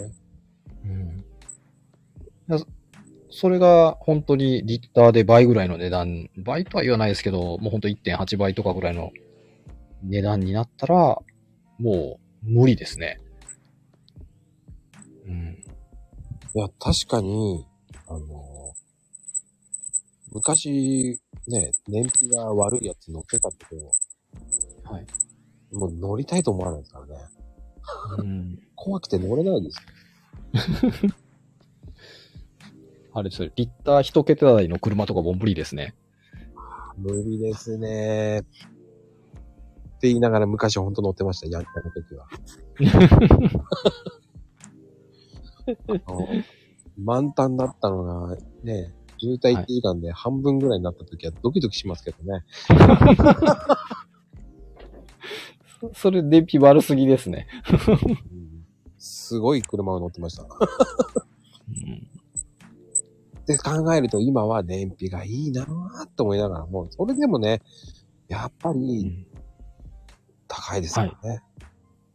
Speaker 2: うんだそれが本当にリッターで倍ぐらいの値段、倍とは言わないですけど、もう本当1.8倍とかぐらいの値段になったら、もう無理ですね。うん。
Speaker 1: いや、確かに、あの、昔、ね、燃費が悪いやつ乗ってたけど、
Speaker 2: はい。
Speaker 1: もう乗りたいと思わないですからね。
Speaker 2: うん、
Speaker 1: 怖くて乗れないです。
Speaker 2: あれですよリッター一桁台の車とかも無理ですね。
Speaker 1: 無理ですね。って言いながら昔本当乗ってました、やんちゃの時は。あの満タンだったのが、ね、渋滞1時間で半分ぐらいになった時はドキドキしますけどね。
Speaker 2: それ燃費悪すぎですね。
Speaker 1: うんすごい車を乗ってました。で考えると今は燃費がいいなぁと思いながらも、それでもね、やっぱ
Speaker 2: う
Speaker 1: り
Speaker 2: ん、
Speaker 1: 高いですよね。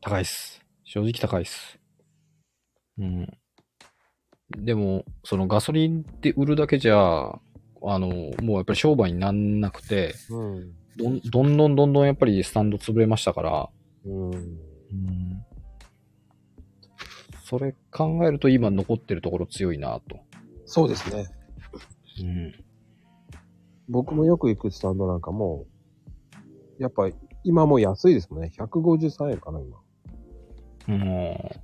Speaker 2: 高いっす。正直高いっす。うん。でも、そのガソリンって売るだけじゃ、あの、もうやっぱり商売になんなくて、
Speaker 1: うん。
Speaker 2: どんどんどんどんどんやっぱりスタンド潰れましたから、
Speaker 1: うん。
Speaker 2: うん。それ考えると今残ってるところ強いなと。
Speaker 1: そうですね。
Speaker 2: うん。
Speaker 1: 僕もよく行くスタンドなんかも、やっぱ今もう安いですもんね。153円かな、今。
Speaker 2: もう、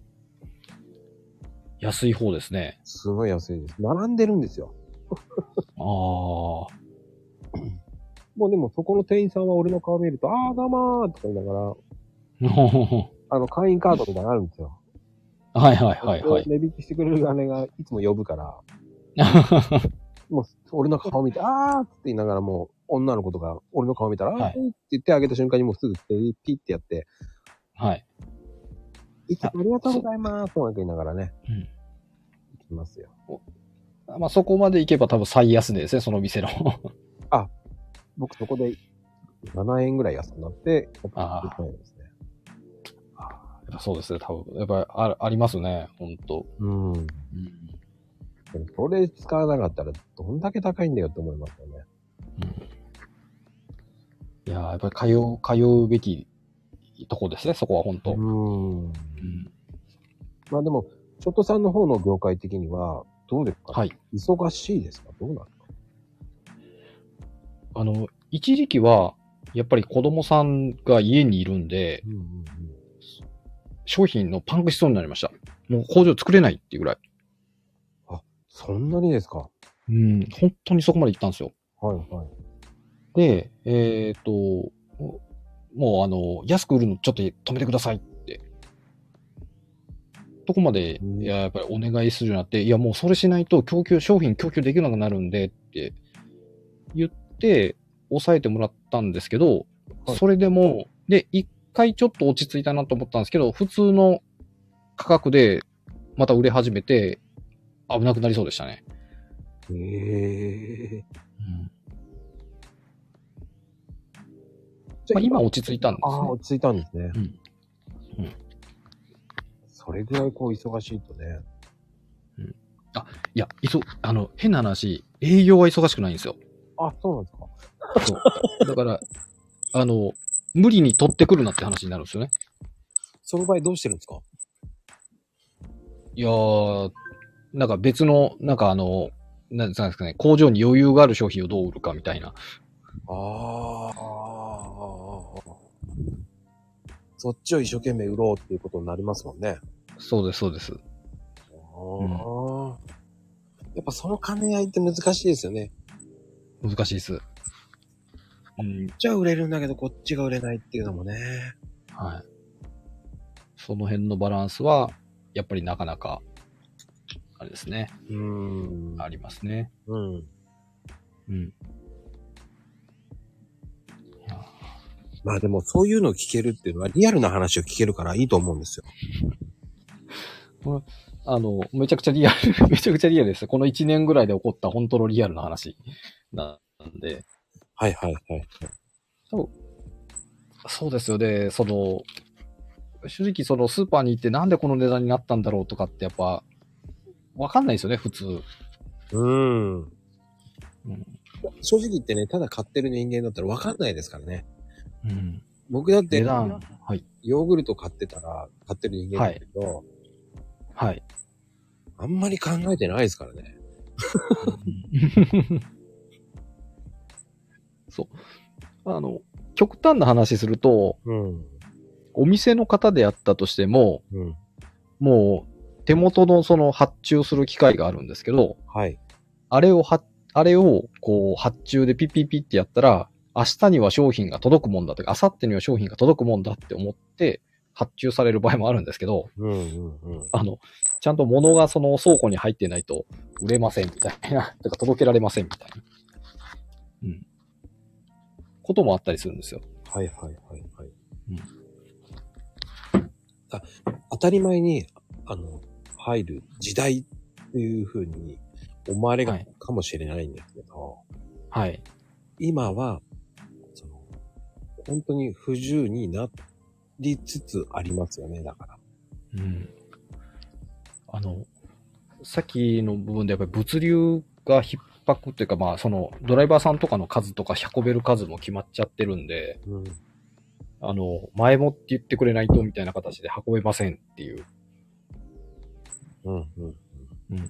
Speaker 2: 安い方ですね。
Speaker 1: すごい安いです。並んでるんですよ。
Speaker 2: あ あ。
Speaker 1: もうでもそこの店員さんは俺の顔見ると、ああ、どうもーとか言いながら、あの、会員カードみたいなのあるんですよ。
Speaker 2: はいはいはいはい。
Speaker 1: 値引きしてくれる姉がいつも呼ぶ から、もう俺の顔見て、あーって言いながらもう、女の子とか、俺の顔見たら、あー
Speaker 2: はい
Speaker 1: って言ってあげた瞬間にもうすぐピッてやって、
Speaker 2: はい。
Speaker 1: いつもありがとうございますとか言いながらね、
Speaker 2: うん
Speaker 1: 行きますよ。
Speaker 2: まあ、そこまで行けば多分最安値ですね、その店の。
Speaker 1: 僕そこで7円ぐらい安くなって、
Speaker 2: あー
Speaker 1: 100円ですね。
Speaker 2: そうですね、多分。やっぱりあるありますね、ほんと。
Speaker 1: うん。でもそれ使わなかったらどんだけ高いんだよって思いますよね。
Speaker 2: いやーやっぱり通う、通うべきとこですね、そこは本当。
Speaker 1: うん。まあでも、ショットさんの方の業界的には、どうですか
Speaker 2: はい。
Speaker 1: 忙しいですかどうなんですか
Speaker 2: あの、一時期は、やっぱり子供さんが家にいるんで、
Speaker 1: うんうん
Speaker 2: 商品のパンクしそうになりました。もう工場作れないっていうぐらい。
Speaker 1: そんなにですか
Speaker 2: うん、本当にそこまで行ったんですよ。
Speaker 1: はいはい。
Speaker 2: で、えっ、と、もうあの、安く売るのちょっと止めてくださいって。とこまで、
Speaker 1: うん
Speaker 2: いや、やっぱりお願いするようになって、いや、もうそれしないと供給、商品供給できなくなるんでって言って、抑えてもらったんですけど、
Speaker 1: はい
Speaker 2: それでも、で、一回ちょっと落ち着いたなと思ったんですけど、普通の価格でまた売れ始めて、危なくなりそうでしたね。
Speaker 1: ええ
Speaker 2: まあ、今落ち着いたんです
Speaker 1: ああ、
Speaker 2: ね。
Speaker 1: 落ち着いたんですね。
Speaker 2: うんうん
Speaker 1: それぐらいこう忙しいとね。
Speaker 2: いや、いそ、あの、変な話、営業は忙しくないんですよ。
Speaker 1: あ、そうなんですか。
Speaker 2: そう。だから、あの、無理に取ってくるなって話になるんですよね。
Speaker 1: その場合どうしてるんですか
Speaker 2: いやー、なんか別の、なんかあの、なんなんですかね、工場に余裕がある商品をどう売るかみたいな。
Speaker 1: あーあー、そっちを一生懸命売ろうっていうことになりますもんね。
Speaker 2: そうです、そうです。
Speaker 1: ああ。やっぱその兼ね合いって難しいですよね。
Speaker 2: 難しいです。うん、
Speaker 1: じゃあ売れるんだけどこっちが売れないっていうのもね。
Speaker 2: はい。その辺のバランスは、やっぱりなかなか、あれですね、
Speaker 1: うーん
Speaker 2: ありますね。
Speaker 1: うん。
Speaker 2: うん。
Speaker 1: まあでもそういうのを聞けるっていうのはリアルな話を聞けるからいいと思うんですよ。
Speaker 2: あの、めちゃくちゃリアル、 めちゃくちゃリアルです。この1年ぐらいで起こった本当のリアルな話なんで。
Speaker 1: はいはいはい。
Speaker 2: そうですよね。その、正直そのスーパーに行ってなんでこの値段になったんだろうとかってやっぱ、わかんないですよね、普通。
Speaker 1: うん。
Speaker 2: うん。
Speaker 1: 正直言ってね、ただ買ってる人間だったらわかんないですからね。
Speaker 2: うん、
Speaker 1: 僕だって
Speaker 2: 値、段。はい。
Speaker 1: ヨーグルト買ってたら、買ってる人間だけど、
Speaker 2: はい。
Speaker 1: あんまり考えてないですからね。
Speaker 2: そう。あの、極端な話すると、
Speaker 1: うん。
Speaker 2: お店の方であったとしても、
Speaker 1: うん。
Speaker 2: もう手元のその発注する機械があるんですけど、
Speaker 1: はい。
Speaker 2: あれをは、あれを、こう、発注でピッピッピッってやったら、明日には商品が届くもんだとか、明後日には商品が届くもんだって思って、発注される場合もあるんですけど、
Speaker 1: うんうんうん。
Speaker 2: あの、ちゃんと物がその倉庫に入ってないと売れませんみたいな、 とか届けられませんみたいな。うん。こともあったりするんですよ。
Speaker 1: はいはいはいはい。
Speaker 2: うん
Speaker 1: あ当たり前に、あの、入る時代っていうふうに思われ
Speaker 2: は
Speaker 1: が
Speaker 2: い
Speaker 1: かもしれないんですけど、
Speaker 2: はい。
Speaker 1: 今は、その、本当に不自由になりつつありますよね、だから。
Speaker 2: うん。あの、さっきの部分でやっぱり物流が逼迫っていうか、まあ、その、ドライバーさんとかの数とか運べる数も決まっちゃってるんで、
Speaker 1: うん。
Speaker 2: あの、前もって言ってくれないとみたいな形で運べませんっていう。
Speaker 1: うんうん。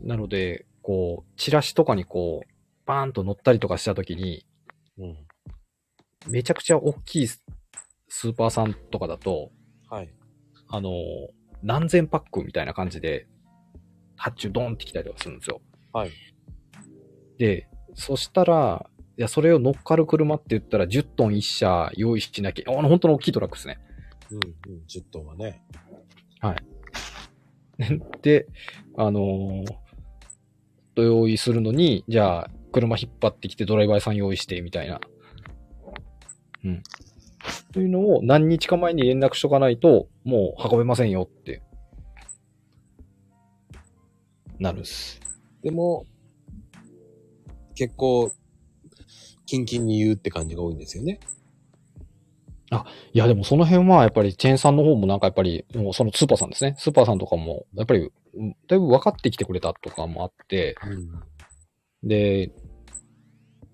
Speaker 2: なので、こう、チラシとかにこう、バーンと乗ったりとかしたときに、
Speaker 1: うん。
Speaker 2: めちゃくちゃ大きいススーパーさんとかだと、
Speaker 1: はい。
Speaker 2: あの、何千パックみたいな感じで、発注ドーンってきたりとかするんですよ。
Speaker 1: はい。
Speaker 2: で、そしたら、いや、それを乗っかる車って言ったら10トン1車用意しなきゃ、あの、本当の大きいトラックですね。
Speaker 1: うんうん。10トンはね。
Speaker 2: で、あのーと用意するのに、じゃあ、車引っ張ってきてドライバーさん用意して、みたいな。うん。というのを何日か前に連絡しとかないと、もう運べませんよって、なるんです。
Speaker 1: でも、結構、キンキンに言うって感じが多いんですよね。
Speaker 2: いや、でもその辺はやっぱりチェーンさんの方もなんかやっぱり、もうそのスーパーさんですね。スーパーさんとかも、やっぱり、うんだいぶ分かってきてくれたとかもあって、
Speaker 1: うん。
Speaker 2: で、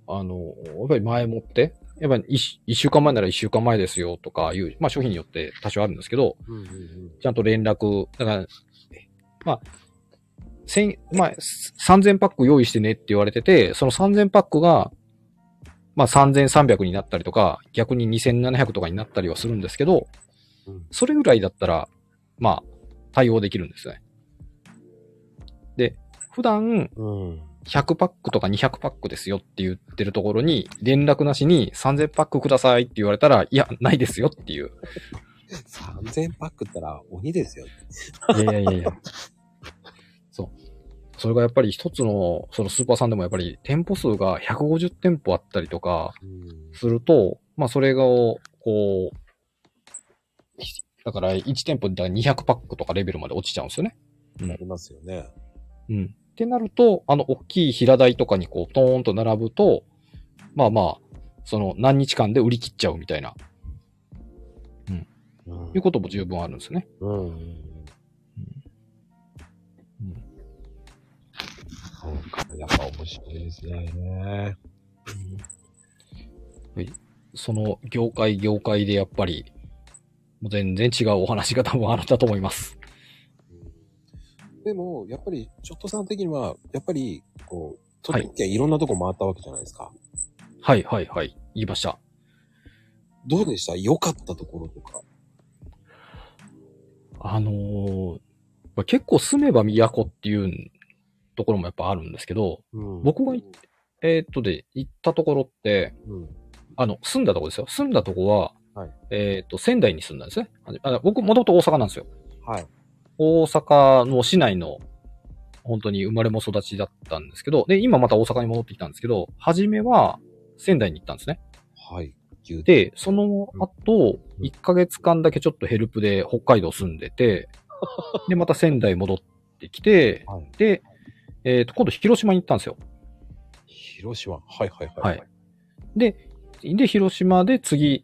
Speaker 2: あの、やっぱり前もって、やっぱり一一週間前なら一週間前ですよとかいう、まあ商品によって多少あるんですけど、
Speaker 1: うんうんうん。
Speaker 2: ちゃんと連絡、だから、まあ、千、まあ、3000パック用意してねって言われてて、その3000パックが、まあ3300になったりとか、逆に2700とかになったりはするんですけど
Speaker 1: うん、
Speaker 2: それぐらいだったら、まあ、対応できるんですね。で、普段、
Speaker 1: うん。
Speaker 2: 100パックとか200パックですよって言ってるところに、連絡なしに3000パックくださいって言われたら、いや、ないですよっていう。
Speaker 1: 3000パックったら鬼ですよ。
Speaker 2: いやいやいやいや。 そう。それがやっぱり一つの、そのスーパーさんでもやっぱり店舗数が150店舗あったりとか
Speaker 1: うん。
Speaker 2: すると、まあそれが、こう、ひだから1店舗で200パックとかレベルまで落ちちゃうんですよね。
Speaker 1: ありますよね。
Speaker 2: うん。ってなると、あの、大きい平台とかにこう、トーンと並ぶと、まあまあ、その、何日間で売り切っちゃうみたいな、
Speaker 1: うん
Speaker 2: いうことも十分あるんですよね。
Speaker 1: うんうんうん。そうか、やっぱ面白いですね。
Speaker 2: はいその、業界業界でやっぱり、もう全然違うお話が多分あるんだと思います。
Speaker 1: でも、やっぱり、ショットさん的には、やっぱり、こう、都
Speaker 2: はい
Speaker 1: 道府県いろんなとこ回ったわけじゃないですか。
Speaker 2: はいはいはい。言いました。
Speaker 1: どうでした良かったところとか。
Speaker 2: あのーまあ結構住めば都っていうところもやっぱあるんですけど、
Speaker 1: うん
Speaker 2: 僕が行っえーっとで、行ったところって、
Speaker 1: うん。
Speaker 2: あの、住んだとこですよ。住んだとこは、
Speaker 1: はい
Speaker 2: えーっと、仙台に住んだんですね。あの僕、もともと大阪なんですよ。
Speaker 1: はい。
Speaker 2: 大阪の市内の、本当に生まれも育ちだったんですけど、で、今また大阪に戻ってきたんですけど、初めは仙台に行ったんですね。
Speaker 1: はい。牛で、
Speaker 2: で、その後、
Speaker 1: うん
Speaker 2: 1ヶ月間だけちょっとヘルプで北海道住ん でて、で、また仙台戻ってきて、
Speaker 1: はい。
Speaker 2: で、えっ、と、今度広島に行ったんですよ。
Speaker 1: 広島。はいはいは。
Speaker 2: はいい。で、で、広島で次、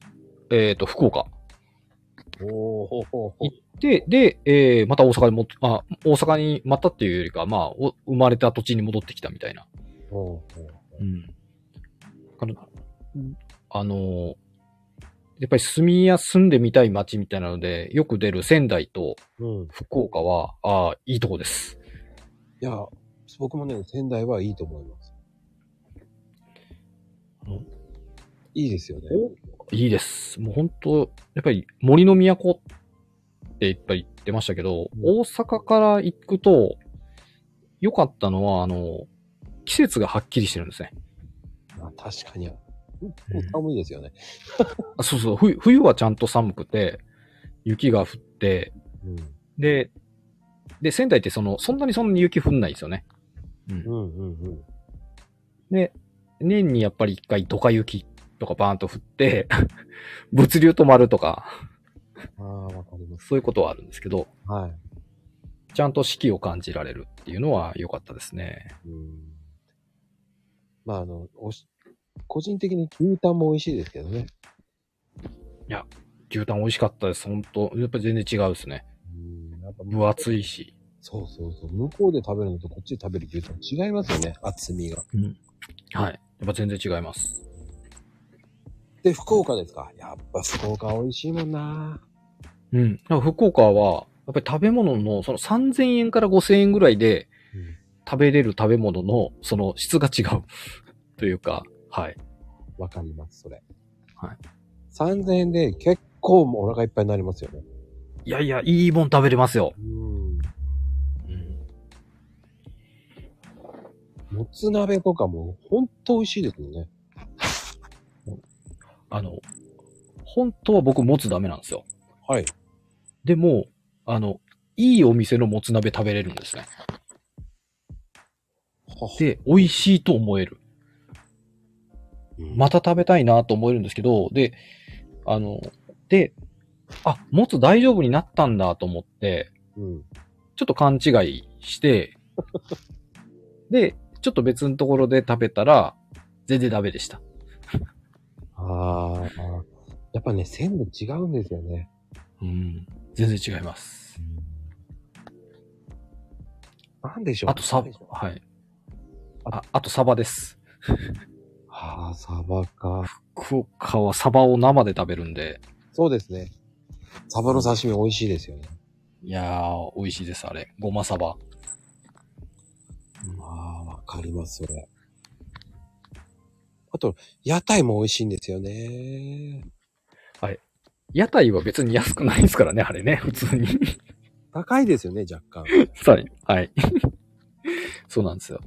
Speaker 2: えっ、と、福岡。
Speaker 1: おーほうほうほう
Speaker 2: で、で、えー、また大阪にも、あ、大阪にまたっていうよりか、まあ、お生まれた土地に戻ってきたみたいな。
Speaker 1: ほうほう。
Speaker 2: うん。からあのー、やっぱり住みや、住んでみたい街みたいなので、よく出る仙台と
Speaker 1: うん。い
Speaker 2: 福岡は、ああ、いいとこです。
Speaker 1: や、僕もね、仙台はいいと思います
Speaker 2: うん。
Speaker 1: いいですよね。
Speaker 2: いいです。もう本当やっぱり森の都っていっぱい言ってましたけど、
Speaker 1: うん
Speaker 2: 大阪から行くと、良かったのは、あの、季節がはっきりしてるんですね。
Speaker 1: まあ確かに。寒いですよね。
Speaker 2: あそうそう、冬冬はちゃんと寒くて、雪が降って、
Speaker 1: うん。
Speaker 2: で、で、仙台ってその、そんなにそんなに雪降んないんですよね。うん。
Speaker 1: んうんうん。
Speaker 2: で、年にやっぱり一回ドカ雪とかバーンと降って、 物流止まるとか、
Speaker 1: ああ、わかります。
Speaker 2: そういうことはあるんですけど、
Speaker 1: はい。
Speaker 2: ちゃんと四季を感じられるっていうのは良かったですね。
Speaker 1: うんまあ、あの、おし、個人的に牛タンも美味しいですけどね。
Speaker 2: 牛タン美味しかったです。本当やっぱり全然違うですね。
Speaker 1: うん、やっぱ
Speaker 2: 分厚いし。
Speaker 1: そうそうそう。向こうで食べるのとこっちで食べる牛タン違いますよね。厚みが。
Speaker 2: はい。やっぱ全然違います。
Speaker 1: で、福岡ですか。やっぱ福岡美味しいもんな。
Speaker 2: うん。だから福岡は、やっぱり食べ物の、その3000円から5000円ぐらいで
Speaker 1: うん
Speaker 2: 食べれる食べ物の、その質が違う。というか、はい。
Speaker 1: わかります、それ。
Speaker 2: はい。
Speaker 1: 3000円で結構もうお腹いっぱいになりますよね。
Speaker 2: いやいや、いいもん食べれますよ。
Speaker 1: うん。もつ鍋とかもほんと美味しいですよね。
Speaker 2: あの、本当は僕、もつダメなんですよ。
Speaker 1: はい。
Speaker 2: でも、あの、いいお店のもつ鍋食べれるんですね。で、美味しいと思える。ま
Speaker 1: ま、
Speaker 2: た食べたいなと思えるんですけど、で、あの、で、あ、もつ大丈夫になったんだと思って、
Speaker 1: うん。
Speaker 2: ちょっと勘違いして、で、ちょっと別のところで食べたら、全然ダメでした。
Speaker 1: ああ。やっぱね、鮮度違うんですよね。
Speaker 2: うん。全然違います。
Speaker 1: なんでしょう
Speaker 2: あとサバ、はい。あ、あとサバです。
Speaker 1: ああ、サバか。
Speaker 2: 福岡はサバを生で食べるんで、
Speaker 1: そうですね。サバの刺身美味しいですよね。
Speaker 2: いやー、美味しいです、あれ。ごまサバ。
Speaker 1: ああ、わかります、それ。あと、屋台も美味しいんですよね。
Speaker 2: 屋台は別に安くないですからね、あれね、普通に。
Speaker 1: 高いですよね、若干。
Speaker 2: はい。はい。 そうなんですよ。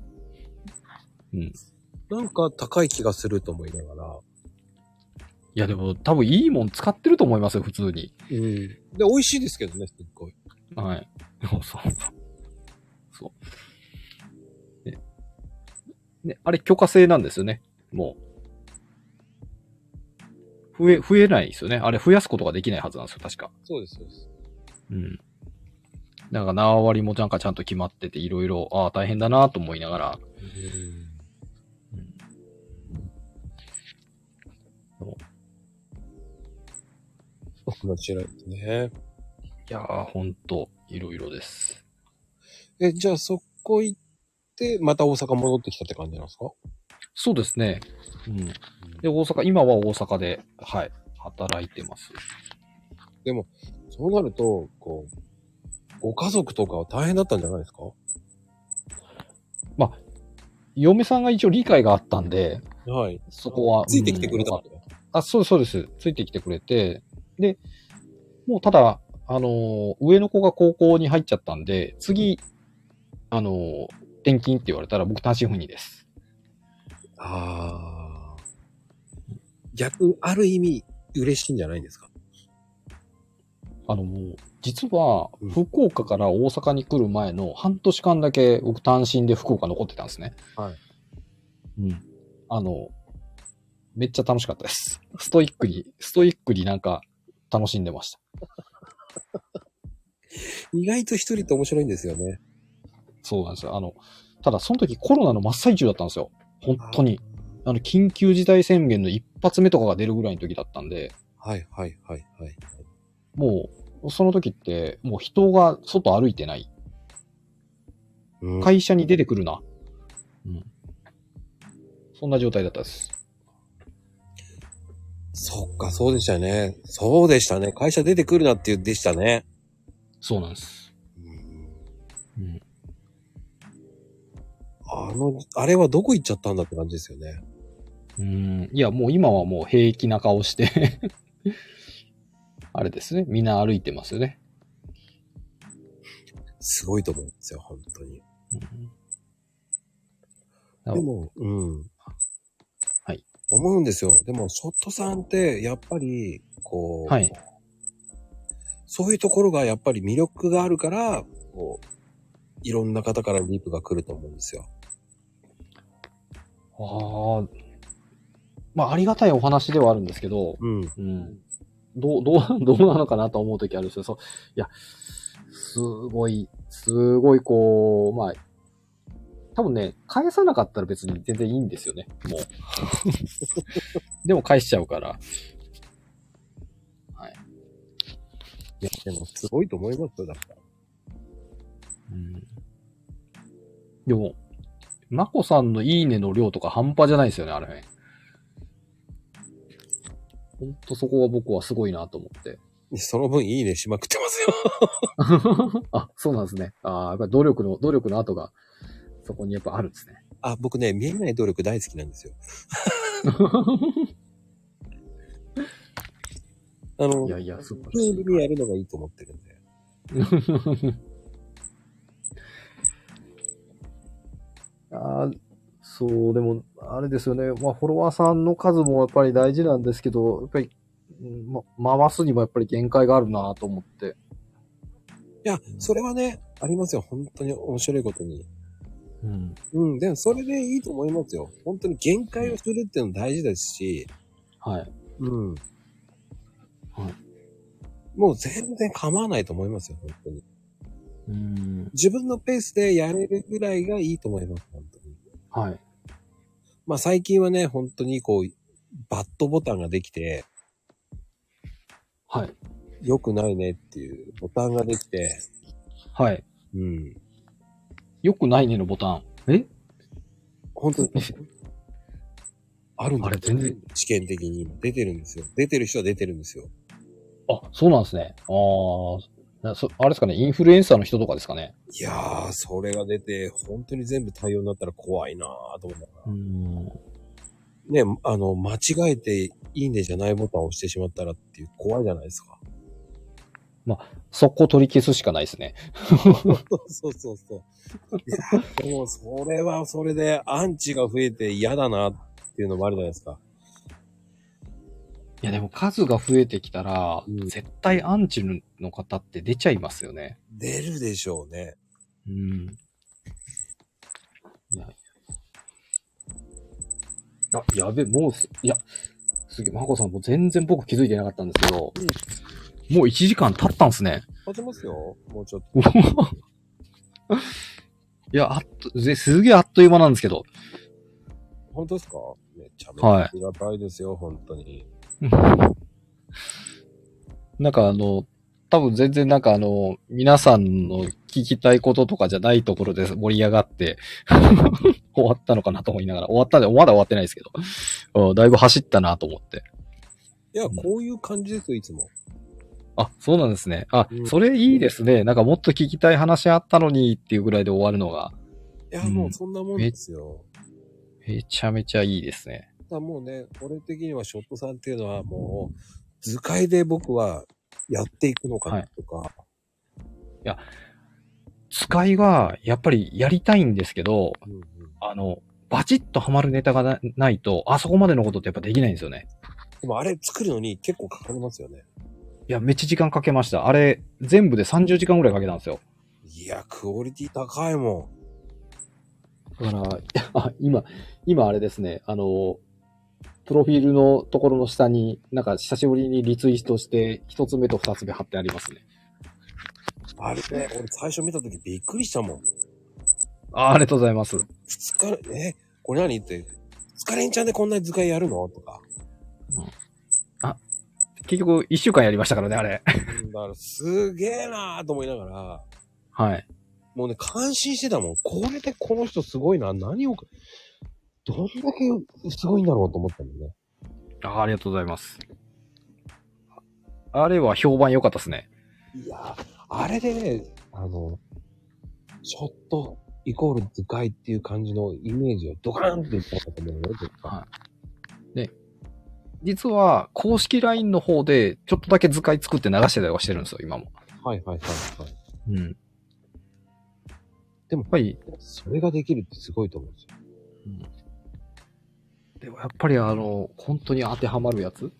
Speaker 1: なんか高い気がすると思いながら。
Speaker 2: いや、でも多分いいもん使ってると思いますよ、普通に。
Speaker 1: うん。で、美味しいですけどね、すっごい。
Speaker 2: はい。そうそうそう。そう。ね。ね、あれ許可制なんですよね。もう。増え、増えないですよね。あれ増やすことができないはずなんですよ、確か。
Speaker 1: そうです、そうです。
Speaker 2: うん。なんか縄割りもなんかちゃんと決まってて、いろいろ、ああ、大変だなと思いながら、
Speaker 1: うん。面白いですね。
Speaker 2: いやー、ほんと、いろいろです。
Speaker 1: え、じゃあそこ行って、また大阪戻ってきたって感じなんですか
Speaker 2: そうですね。うん。で、大阪、今は大阪で、はい、働いてます。
Speaker 1: そうなると、こう、ご家族とかは大変だったんじゃないですか
Speaker 2: 嫁さんが一応理解があったんで、
Speaker 1: はい。
Speaker 2: そこは。
Speaker 1: ついてきてくれた
Speaker 2: うん
Speaker 1: って。
Speaker 2: あ、そうです、そうです。ついてきてくれて、で、もうただ、あのー上の子が高校に入っちゃったんで、次、あのー転勤って言われたら僕単身赴任です。
Speaker 1: ああ。逆、ある意味、嬉しいんじゃないですか
Speaker 2: あの、もう、実は
Speaker 1: うん、
Speaker 2: 福岡から大阪に来る前の半年間だけ僕単身で福岡残ってたんですね。。
Speaker 1: はい
Speaker 2: うん。あの、めっちゃ楽しかったです。ストイックに、ストイックになんか楽しんでました。
Speaker 1: 意外と一人って面白いんですよね。
Speaker 2: そうなんですよ。あの、ただその時コロナの真っ最中だったんですよ。本当に。あの、緊急事態宣言の一発目とかが出るぐらいの時だったんで、
Speaker 1: はいはいはいはい。
Speaker 2: もう、その時って、もう人が外歩いてない。
Speaker 1: うん
Speaker 2: 会社に出てくるな。うん。そんな状態だったです。
Speaker 1: そっか、そうでしたね。そうでしたね。会社出てくるなって言うでしたね。
Speaker 2: そうなんです。うん。
Speaker 1: あの、あれはどこ行っちゃったんだって感じですよね。
Speaker 2: うん。いや、もう今はもう平気な顔して、 あれですね。みんな歩いてますよね。
Speaker 1: すごいと思うんですよ、本当に。
Speaker 2: うん
Speaker 1: でも、うん。
Speaker 2: はい。
Speaker 1: 思うんですよ。でも、ショットさんって、やっぱり、こう、
Speaker 2: はい。
Speaker 1: そういうところがやっぱり魅力があるから、こう、いろんな方からリープが来ると思うんですよ。
Speaker 2: ああ。まあ、ありがたいお話ではあるんですけど、
Speaker 1: うん。
Speaker 2: うんどう、どう、 どうなのかなと思うときあるんですよ。そう。いや、すごい、すごいこう、まあ、多分ね、返さなかったら別に全然いいんですよね、もう。 でも返しちゃうから。
Speaker 1: いや、でも、すごいと思いますよ、だから。
Speaker 2: でも、まこさんのいいねの量とか半端じゃないですよね、あれね。ほんとそこが僕はすごいなと思って。
Speaker 1: その分、いいねしまくってます よ。
Speaker 2: あ、そうなんですね。ああ、やっぱり努力の、努力の後が、そこにやっぱあるんですね。
Speaker 1: あ、僕ね、見えない努力大好きなん ですよ。あの、
Speaker 2: いやいや、素晴
Speaker 1: 普
Speaker 2: らし
Speaker 1: 通
Speaker 2: い。
Speaker 1: にやるのがいいと思ってるんで。
Speaker 2: あーそう、でも、あれですよね。まあ、フォロワーさんの数もやっぱり大事なんですけど、やっぱり、うんま、回すにもやっぱり限界があるなと思って。
Speaker 1: いや、それはね、ありますよ。本当に面白いことに。
Speaker 2: うん。
Speaker 1: うん、でもそれでいいと思いますよ。本当に限界をするっていうの大事ですし、
Speaker 2: はい。
Speaker 1: うん。
Speaker 2: はい
Speaker 1: もう全然構わないと思いますよ、本当に。
Speaker 2: うん。
Speaker 1: 自分のペースでやれるぐらいがいいと思います、本当に。
Speaker 2: はい。
Speaker 1: まあ最近はね、本当にこう、バットボタンができて、
Speaker 2: はい。
Speaker 1: 良くないねっていうボタンができて、
Speaker 2: はい。
Speaker 1: うん。
Speaker 2: よくないねのボタン。え
Speaker 1: 本 当に。あるんだ
Speaker 2: あれ全然。
Speaker 1: 試験的に今出てるんですよ。出てる人は出てるんですよ。
Speaker 2: あ、そうなんですね。ああ、なそあれですかね、インフルエンサーの人とかですかね。
Speaker 1: いやー、それが出て、本当に全部対応になったら怖いなーと思ったから。
Speaker 2: ん。
Speaker 1: ね、あの、間違えていいねじゃないボタンを押してしまったらっていう怖いじゃないですか。
Speaker 2: 速攻取り消すしかないですね。
Speaker 1: そうそうそう。いや、でもそれはそれでアンチが増えて嫌だなっていうのもあるじゃないですか。
Speaker 2: いや、でも数が増えてきたら、
Speaker 1: うん
Speaker 2: 絶対アンチの方って出ちゃいますよね。
Speaker 1: 出るでしょうね。
Speaker 2: うん。いや。あ、やべ、もうす、いや、すげえ、まこさんもう全然僕気づいてなかったんですけど、もう1時間経ったんですね。
Speaker 1: 立てますよ。もうちょっと。
Speaker 2: いや、あっと、ぜすげえあっという間なんですけど。
Speaker 1: 本当ですかめちゃめち
Speaker 2: は
Speaker 1: ゃ
Speaker 2: い
Speaker 1: ありがたいですよ、本当に。
Speaker 2: なんかあの、多分全然なんかあの、皆さんの聞きたいこととかじゃないところで盛り上がって、 終わったのかなと思いながら、終わったんで、まだ終わってないですけど、うんだいぶ走ったなと思って。
Speaker 1: いや、
Speaker 2: ん
Speaker 1: こういう感じですよ、いつも。
Speaker 2: あ、そうなんですね。あ、
Speaker 1: うん
Speaker 2: それいいですね。なんかもっと聞きたい話あったのにっていうぐらいで終わるのが、
Speaker 1: いや、
Speaker 2: うん
Speaker 1: もうそんなもんですよ。
Speaker 2: めちゃめちゃいいですね。
Speaker 1: ただもうね、俺的にはショットさんっていうのはもう、図解で僕はやっていくのかなとか、
Speaker 2: 使いが、やっぱりやりたいんですけど、
Speaker 1: うんうん
Speaker 2: あの、バチッとハマるネタがなないと、あそこまでのことってやっぱできないんですよね。
Speaker 1: でもあれ作るのに結構かかりますよね。
Speaker 2: いや、めっちゃ時間かけました。あれ、全部で30時間ぐらいかけたんですよ。
Speaker 1: いや、クオリティ高いもん。
Speaker 2: だから、あ今、今あれですね、あの、プロフィールのところの下に、なんか久しぶりにリツイートして、一つ目と二つ目貼ってありますね。
Speaker 1: あれね、俺最初見た時びっくりしたもん。
Speaker 2: あありがとうございます。
Speaker 1: 二日、え、これ何って、疲れんちゃんでこんな図解やるのとか。
Speaker 2: 結局、一週間やりましたからね、あれ。
Speaker 1: うんだからすげえなーと思いながら、
Speaker 2: はい。
Speaker 1: もうね、感心してたもん。これでこの人すごいな。何を、どんだけすごいんだろうと思ったもんね。
Speaker 2: ああありがとうございます。あれは評判良かったですね。
Speaker 1: いや、あれでね、あの、ショットイコール図解っていう感じのイメージをドカーンって言ったと思うよ、絶対
Speaker 2: 実は、公式 LINE の方で、ちょっとだけ図解作って流してたりはしてるんですよ、今も。
Speaker 1: はいはいはいはい。
Speaker 2: うん。
Speaker 1: でも
Speaker 2: やっぱり、
Speaker 1: それができるってすごいと思うんですよ。
Speaker 2: でもやっぱりあの、本当に当てはまるやつ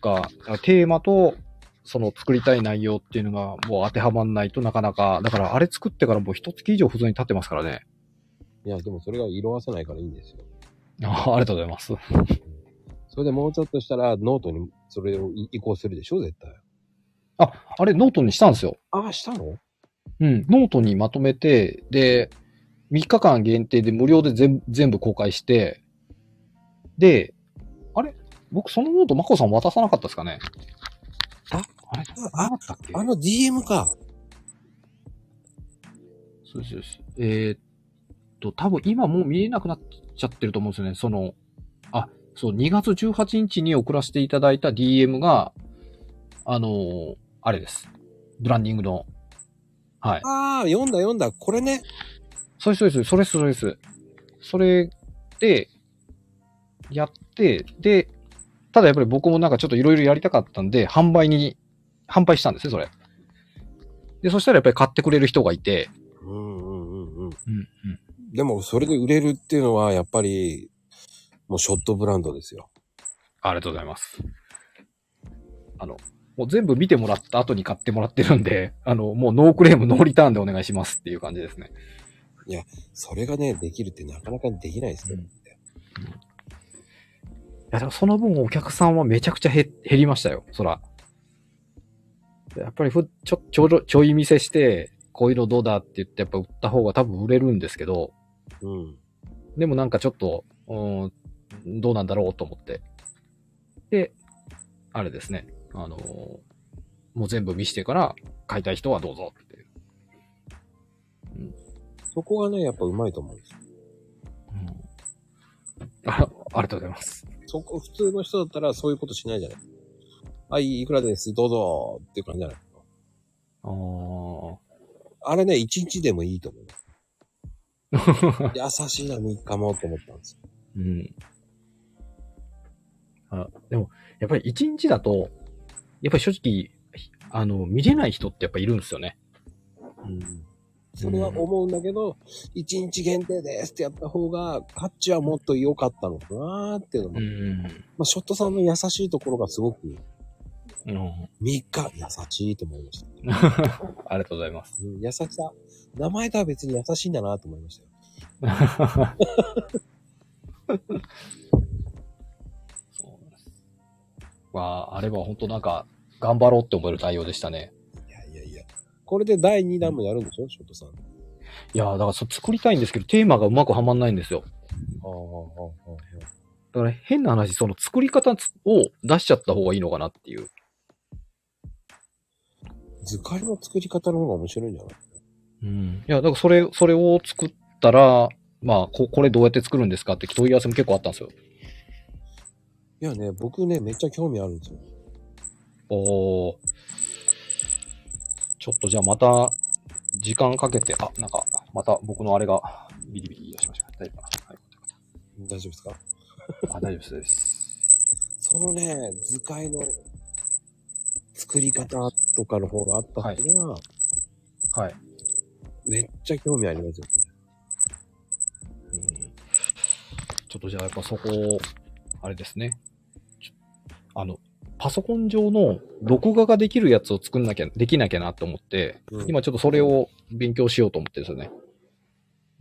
Speaker 2: が、テーマと、その作りたい内容っていうのがもう当てはまんないとなかなか、だからあれ作ってからもう一月以上普通に経ってますからね。
Speaker 1: いや、でもそれが色褪せないからいいんですよ。
Speaker 2: あありがとうございます。
Speaker 1: それでもうちょっとしたらノートにそれを移行するでしょ、絶対。
Speaker 2: あ、あれノートにしたんですよ。
Speaker 1: ああ、したの
Speaker 2: うん、ノートにまとめて、で、3日間限定で無料で全全部公開して、で、あれ僕そのノートマコさん渡さなかったですかね
Speaker 1: あ、
Speaker 2: あれ
Speaker 1: あ
Speaker 2: なかったっけ
Speaker 1: あの DM か。
Speaker 2: そうですそうです。えーっと、多分今もう見えなくなっちゃってると思うんですよね。その、あ、そう、2月18日に送らせていただいた DM が、あのーあれです。ブランディングの。はい。
Speaker 1: ああ、読んだ読んだ。これね。
Speaker 2: そうです、そうです、それです、それです。それで、やって、で、ただやっぱり僕もなんかちょっといろいろやりたかったんで、販売に、販売したんですね、それ。で、そしたらやっぱり買ってくれる人がいて、
Speaker 1: うんうんうんうん。
Speaker 2: うん、うん。
Speaker 1: でもそれで売れるっていうのはやっぱり、もうショットブランドですよ。
Speaker 2: ありがとうございます。あの、もう全部見てもらった後に買ってもらってるんで、あの、もうノークレーム、ノーリターンでお願いしますっていう感じですね。
Speaker 1: それがね、できるってなかなかできないですよ。
Speaker 2: うんいや、でもその分お客さんはめちゃくちゃ減減りましたよ、そら。やっぱりふ、ちょ、ちょうど、ちょい見せして、こういうのどうだって言って、やっぱ売った方が多分売れるんですけど、
Speaker 1: うん。
Speaker 2: でもなんかちょっと、うんどうなんだろうと思って。で、あれですね。あのーもう全部見してから買いたい人はどうぞっていう。
Speaker 1: そこがね、やっぱうまいと思うんですよ。
Speaker 2: あありがとうございます。
Speaker 1: そこ、普通の人だったらそういうことしないじゃない。はい、いくらです、どうぞっていう感じじゃない。
Speaker 2: ああ。
Speaker 1: あれね、1日でもいいと思う。 優しいな、3日もと思ったんですよ。
Speaker 2: うん。あ、でも、やっぱり一日だと、やっぱり正直、ひあの、見れない人ってやっぱいるんですよね。
Speaker 1: うんそれは思うんだけど、一1日限定ですってやった方が、価値はもっと良かったのかなーっていうのも。
Speaker 2: ん。
Speaker 1: まあ、ショットさんの優しいところがすごく、3
Speaker 2: うん、
Speaker 1: 日優しいと思いました。
Speaker 2: ありがとうございます。
Speaker 1: うん優しさ。名前とは別に優しいんだなと思いましたよ。
Speaker 2: そうなんです。まあ、あれは本当なんか、頑張ろうって思える対応でしたね。
Speaker 1: いやいやいや。これで第2弾もやるんでしょ、ショットさん。あ
Speaker 2: いやーだからそ作りたいんですけど、テーマがうまくはまんないんですよ。
Speaker 1: あ、ああ、ああ。
Speaker 2: だから変な話、その作り方つを出しちゃった方がいいのかなっていう。
Speaker 1: 図解の作り方の方が面白いんじゃない
Speaker 2: うん。いや、だからそれ、それを作ったら、まあ、ここれどうやって作るんですかって問い合わせも結構あったんですよ。
Speaker 1: いやね、僕ね、めっちゃ興味あるんですよ。
Speaker 2: おー。ちょっとじゃあまた、時間かけて、あ、なんか、また僕のあれが、ビリビリ出しました。大丈夫か
Speaker 1: 大丈夫ですか
Speaker 2: な、はい、あ大丈夫です。
Speaker 1: そのね、図解の作り方とかの方があったっていうのは、
Speaker 2: はい。
Speaker 1: めっちゃ興味ありますよ。
Speaker 2: うんちょっとじゃあやっぱそこを、あれですね。ちょあの、パソコン上の録画ができるやつを作んなきゃ、できなきゃなと思って、
Speaker 1: うん
Speaker 2: 今ちょっとそれを勉強しようと思ってるんですよね。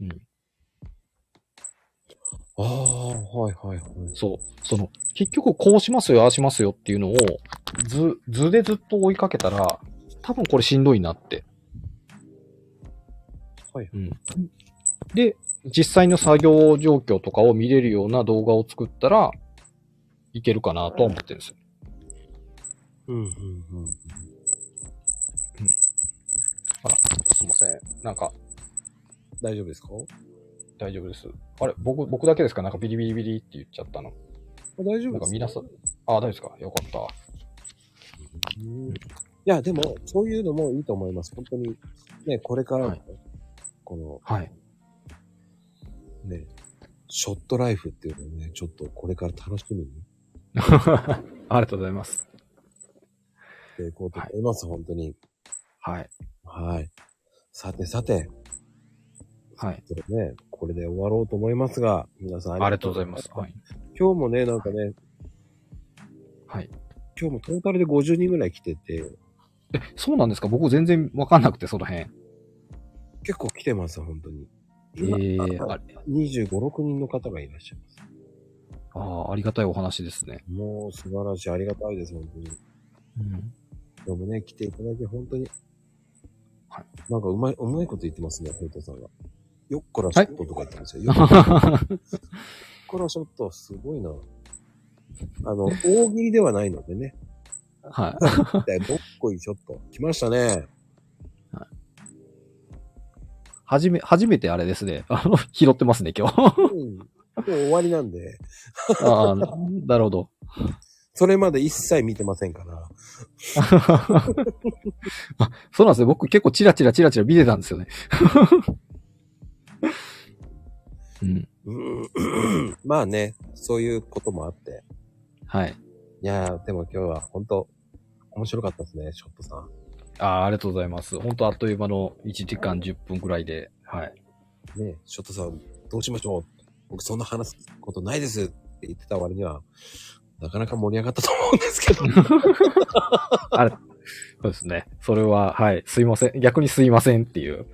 Speaker 2: うん。
Speaker 1: ああ、はいはいはい。
Speaker 2: そう。その、結局こうしますよ、ああしますよっていうのを、図、図でずっと追いかけたら、多分これしんどいなって。
Speaker 1: はい。
Speaker 2: うん。で、実際の作業状況とかを見れるような動画を作ったらいけるかなとは思ってるんですよ。
Speaker 1: うんうんうん。
Speaker 2: すいません。なんか
Speaker 1: 大丈夫ですか
Speaker 2: 大丈夫です。あれ、僕、僕だけですかなんかビリビリビリって言っちゃったの。
Speaker 1: 大丈夫
Speaker 2: なん
Speaker 1: で
Speaker 2: か
Speaker 1: す
Speaker 2: 皆さん、あ、大丈夫ですかよかった。
Speaker 1: うんいや、でも、そういうのもいいと思います。本当に、ね、これからの、
Speaker 2: はい
Speaker 1: こ
Speaker 2: はい。
Speaker 1: のね、ショットライフっていうのをね、ちょっとこれから楽しみに
Speaker 2: ありがとうございます。
Speaker 1: していこうと思います、本当に。
Speaker 2: はい。
Speaker 1: はい。さてさて、
Speaker 2: はい。
Speaker 1: ちょっとね、これで終わろうと思いますが、皆さん
Speaker 2: ありがとうございます。はい。
Speaker 1: 今日もね、なんかね、
Speaker 2: はい。
Speaker 1: 今日もトータルで50人ぐらい来てて、
Speaker 2: え、そうなんですか僕全然わかんなくて、その辺。え
Speaker 1: 結構来てます、本当に。
Speaker 2: え
Speaker 1: 今、
Speaker 2: ー、あれ
Speaker 1: 25、6人の方がいらっしゃいます。
Speaker 2: あーありがたいお話ですね。
Speaker 1: もう素晴らしい、ありがたいです、本当に。
Speaker 2: うん。
Speaker 1: でもね、来ていただき、本当に。
Speaker 2: は
Speaker 1: なんかうまい、うまいこと言ってますね、フェイトさんが。よっこらシ
Speaker 2: はい
Speaker 1: ョットとか言ってますよ。よっこらショット、すごいな。あの、大喜利ではないのでね。
Speaker 2: はい。
Speaker 1: 一体どっこいショット。来ましたね。
Speaker 2: はじめ、初めてあれですね。あの、拾ってますね、今日。
Speaker 1: うん。もう終わりなんで、
Speaker 2: ああ、なるほど。
Speaker 1: それまで一切見てませんから。
Speaker 2: あそうなんですね。僕結構チラチラチラチラ見てたんですよね。 うん。
Speaker 1: うんまあね、そういうこともあって。
Speaker 2: はい。
Speaker 1: いやー、でも今日は本当面白かったですね、ショットさん。
Speaker 2: ああ、ありがとうございます。本当あっという間の1時間10分くらいで。はい。
Speaker 1: ねえショットさん、どうしましょう僕そんな話すことないですって言ってた割には、なかなか盛り上がったと思うんですけど。
Speaker 2: そうですね。それは、はい。すいません。逆にすいませんっていう。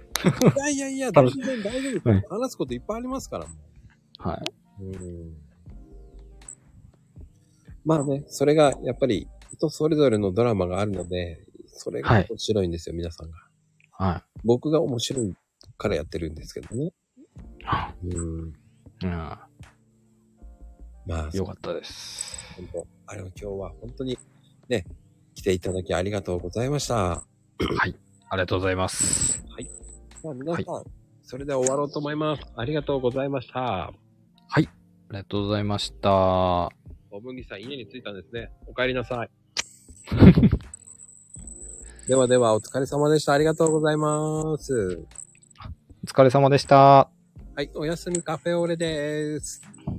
Speaker 1: いやいやいや、大
Speaker 2: 楽し
Speaker 1: 丈夫、大丈
Speaker 2: うん
Speaker 1: 夫。話すこといっぱいありますから、も
Speaker 2: は
Speaker 1: う。うんまあね、それがやっぱり人それぞれのドラマがあるので、それ
Speaker 2: は
Speaker 1: が
Speaker 2: い
Speaker 1: 面白いんですよ、皆さんが。
Speaker 2: い。は
Speaker 1: 僕が面白いからやってるんですけどね。
Speaker 2: い。
Speaker 1: うん。
Speaker 2: うん。ま
Speaker 1: まあ
Speaker 2: あ、よかったです。
Speaker 1: 本当あれも今日は本当にね、来ていただきありがとうございました。
Speaker 2: ありがとうございます。
Speaker 1: さあ皆さん、それでは終わろうと思います。ありがとうございました。
Speaker 2: ありがとうございました。は
Speaker 1: お麦さん、家に着いたんですね。お帰りなさい。ではでは、お疲れ様でした。ありがとうございます。
Speaker 2: いお疲れ様でした。
Speaker 1: はい、おやすみカフェオレです。
Speaker 2: は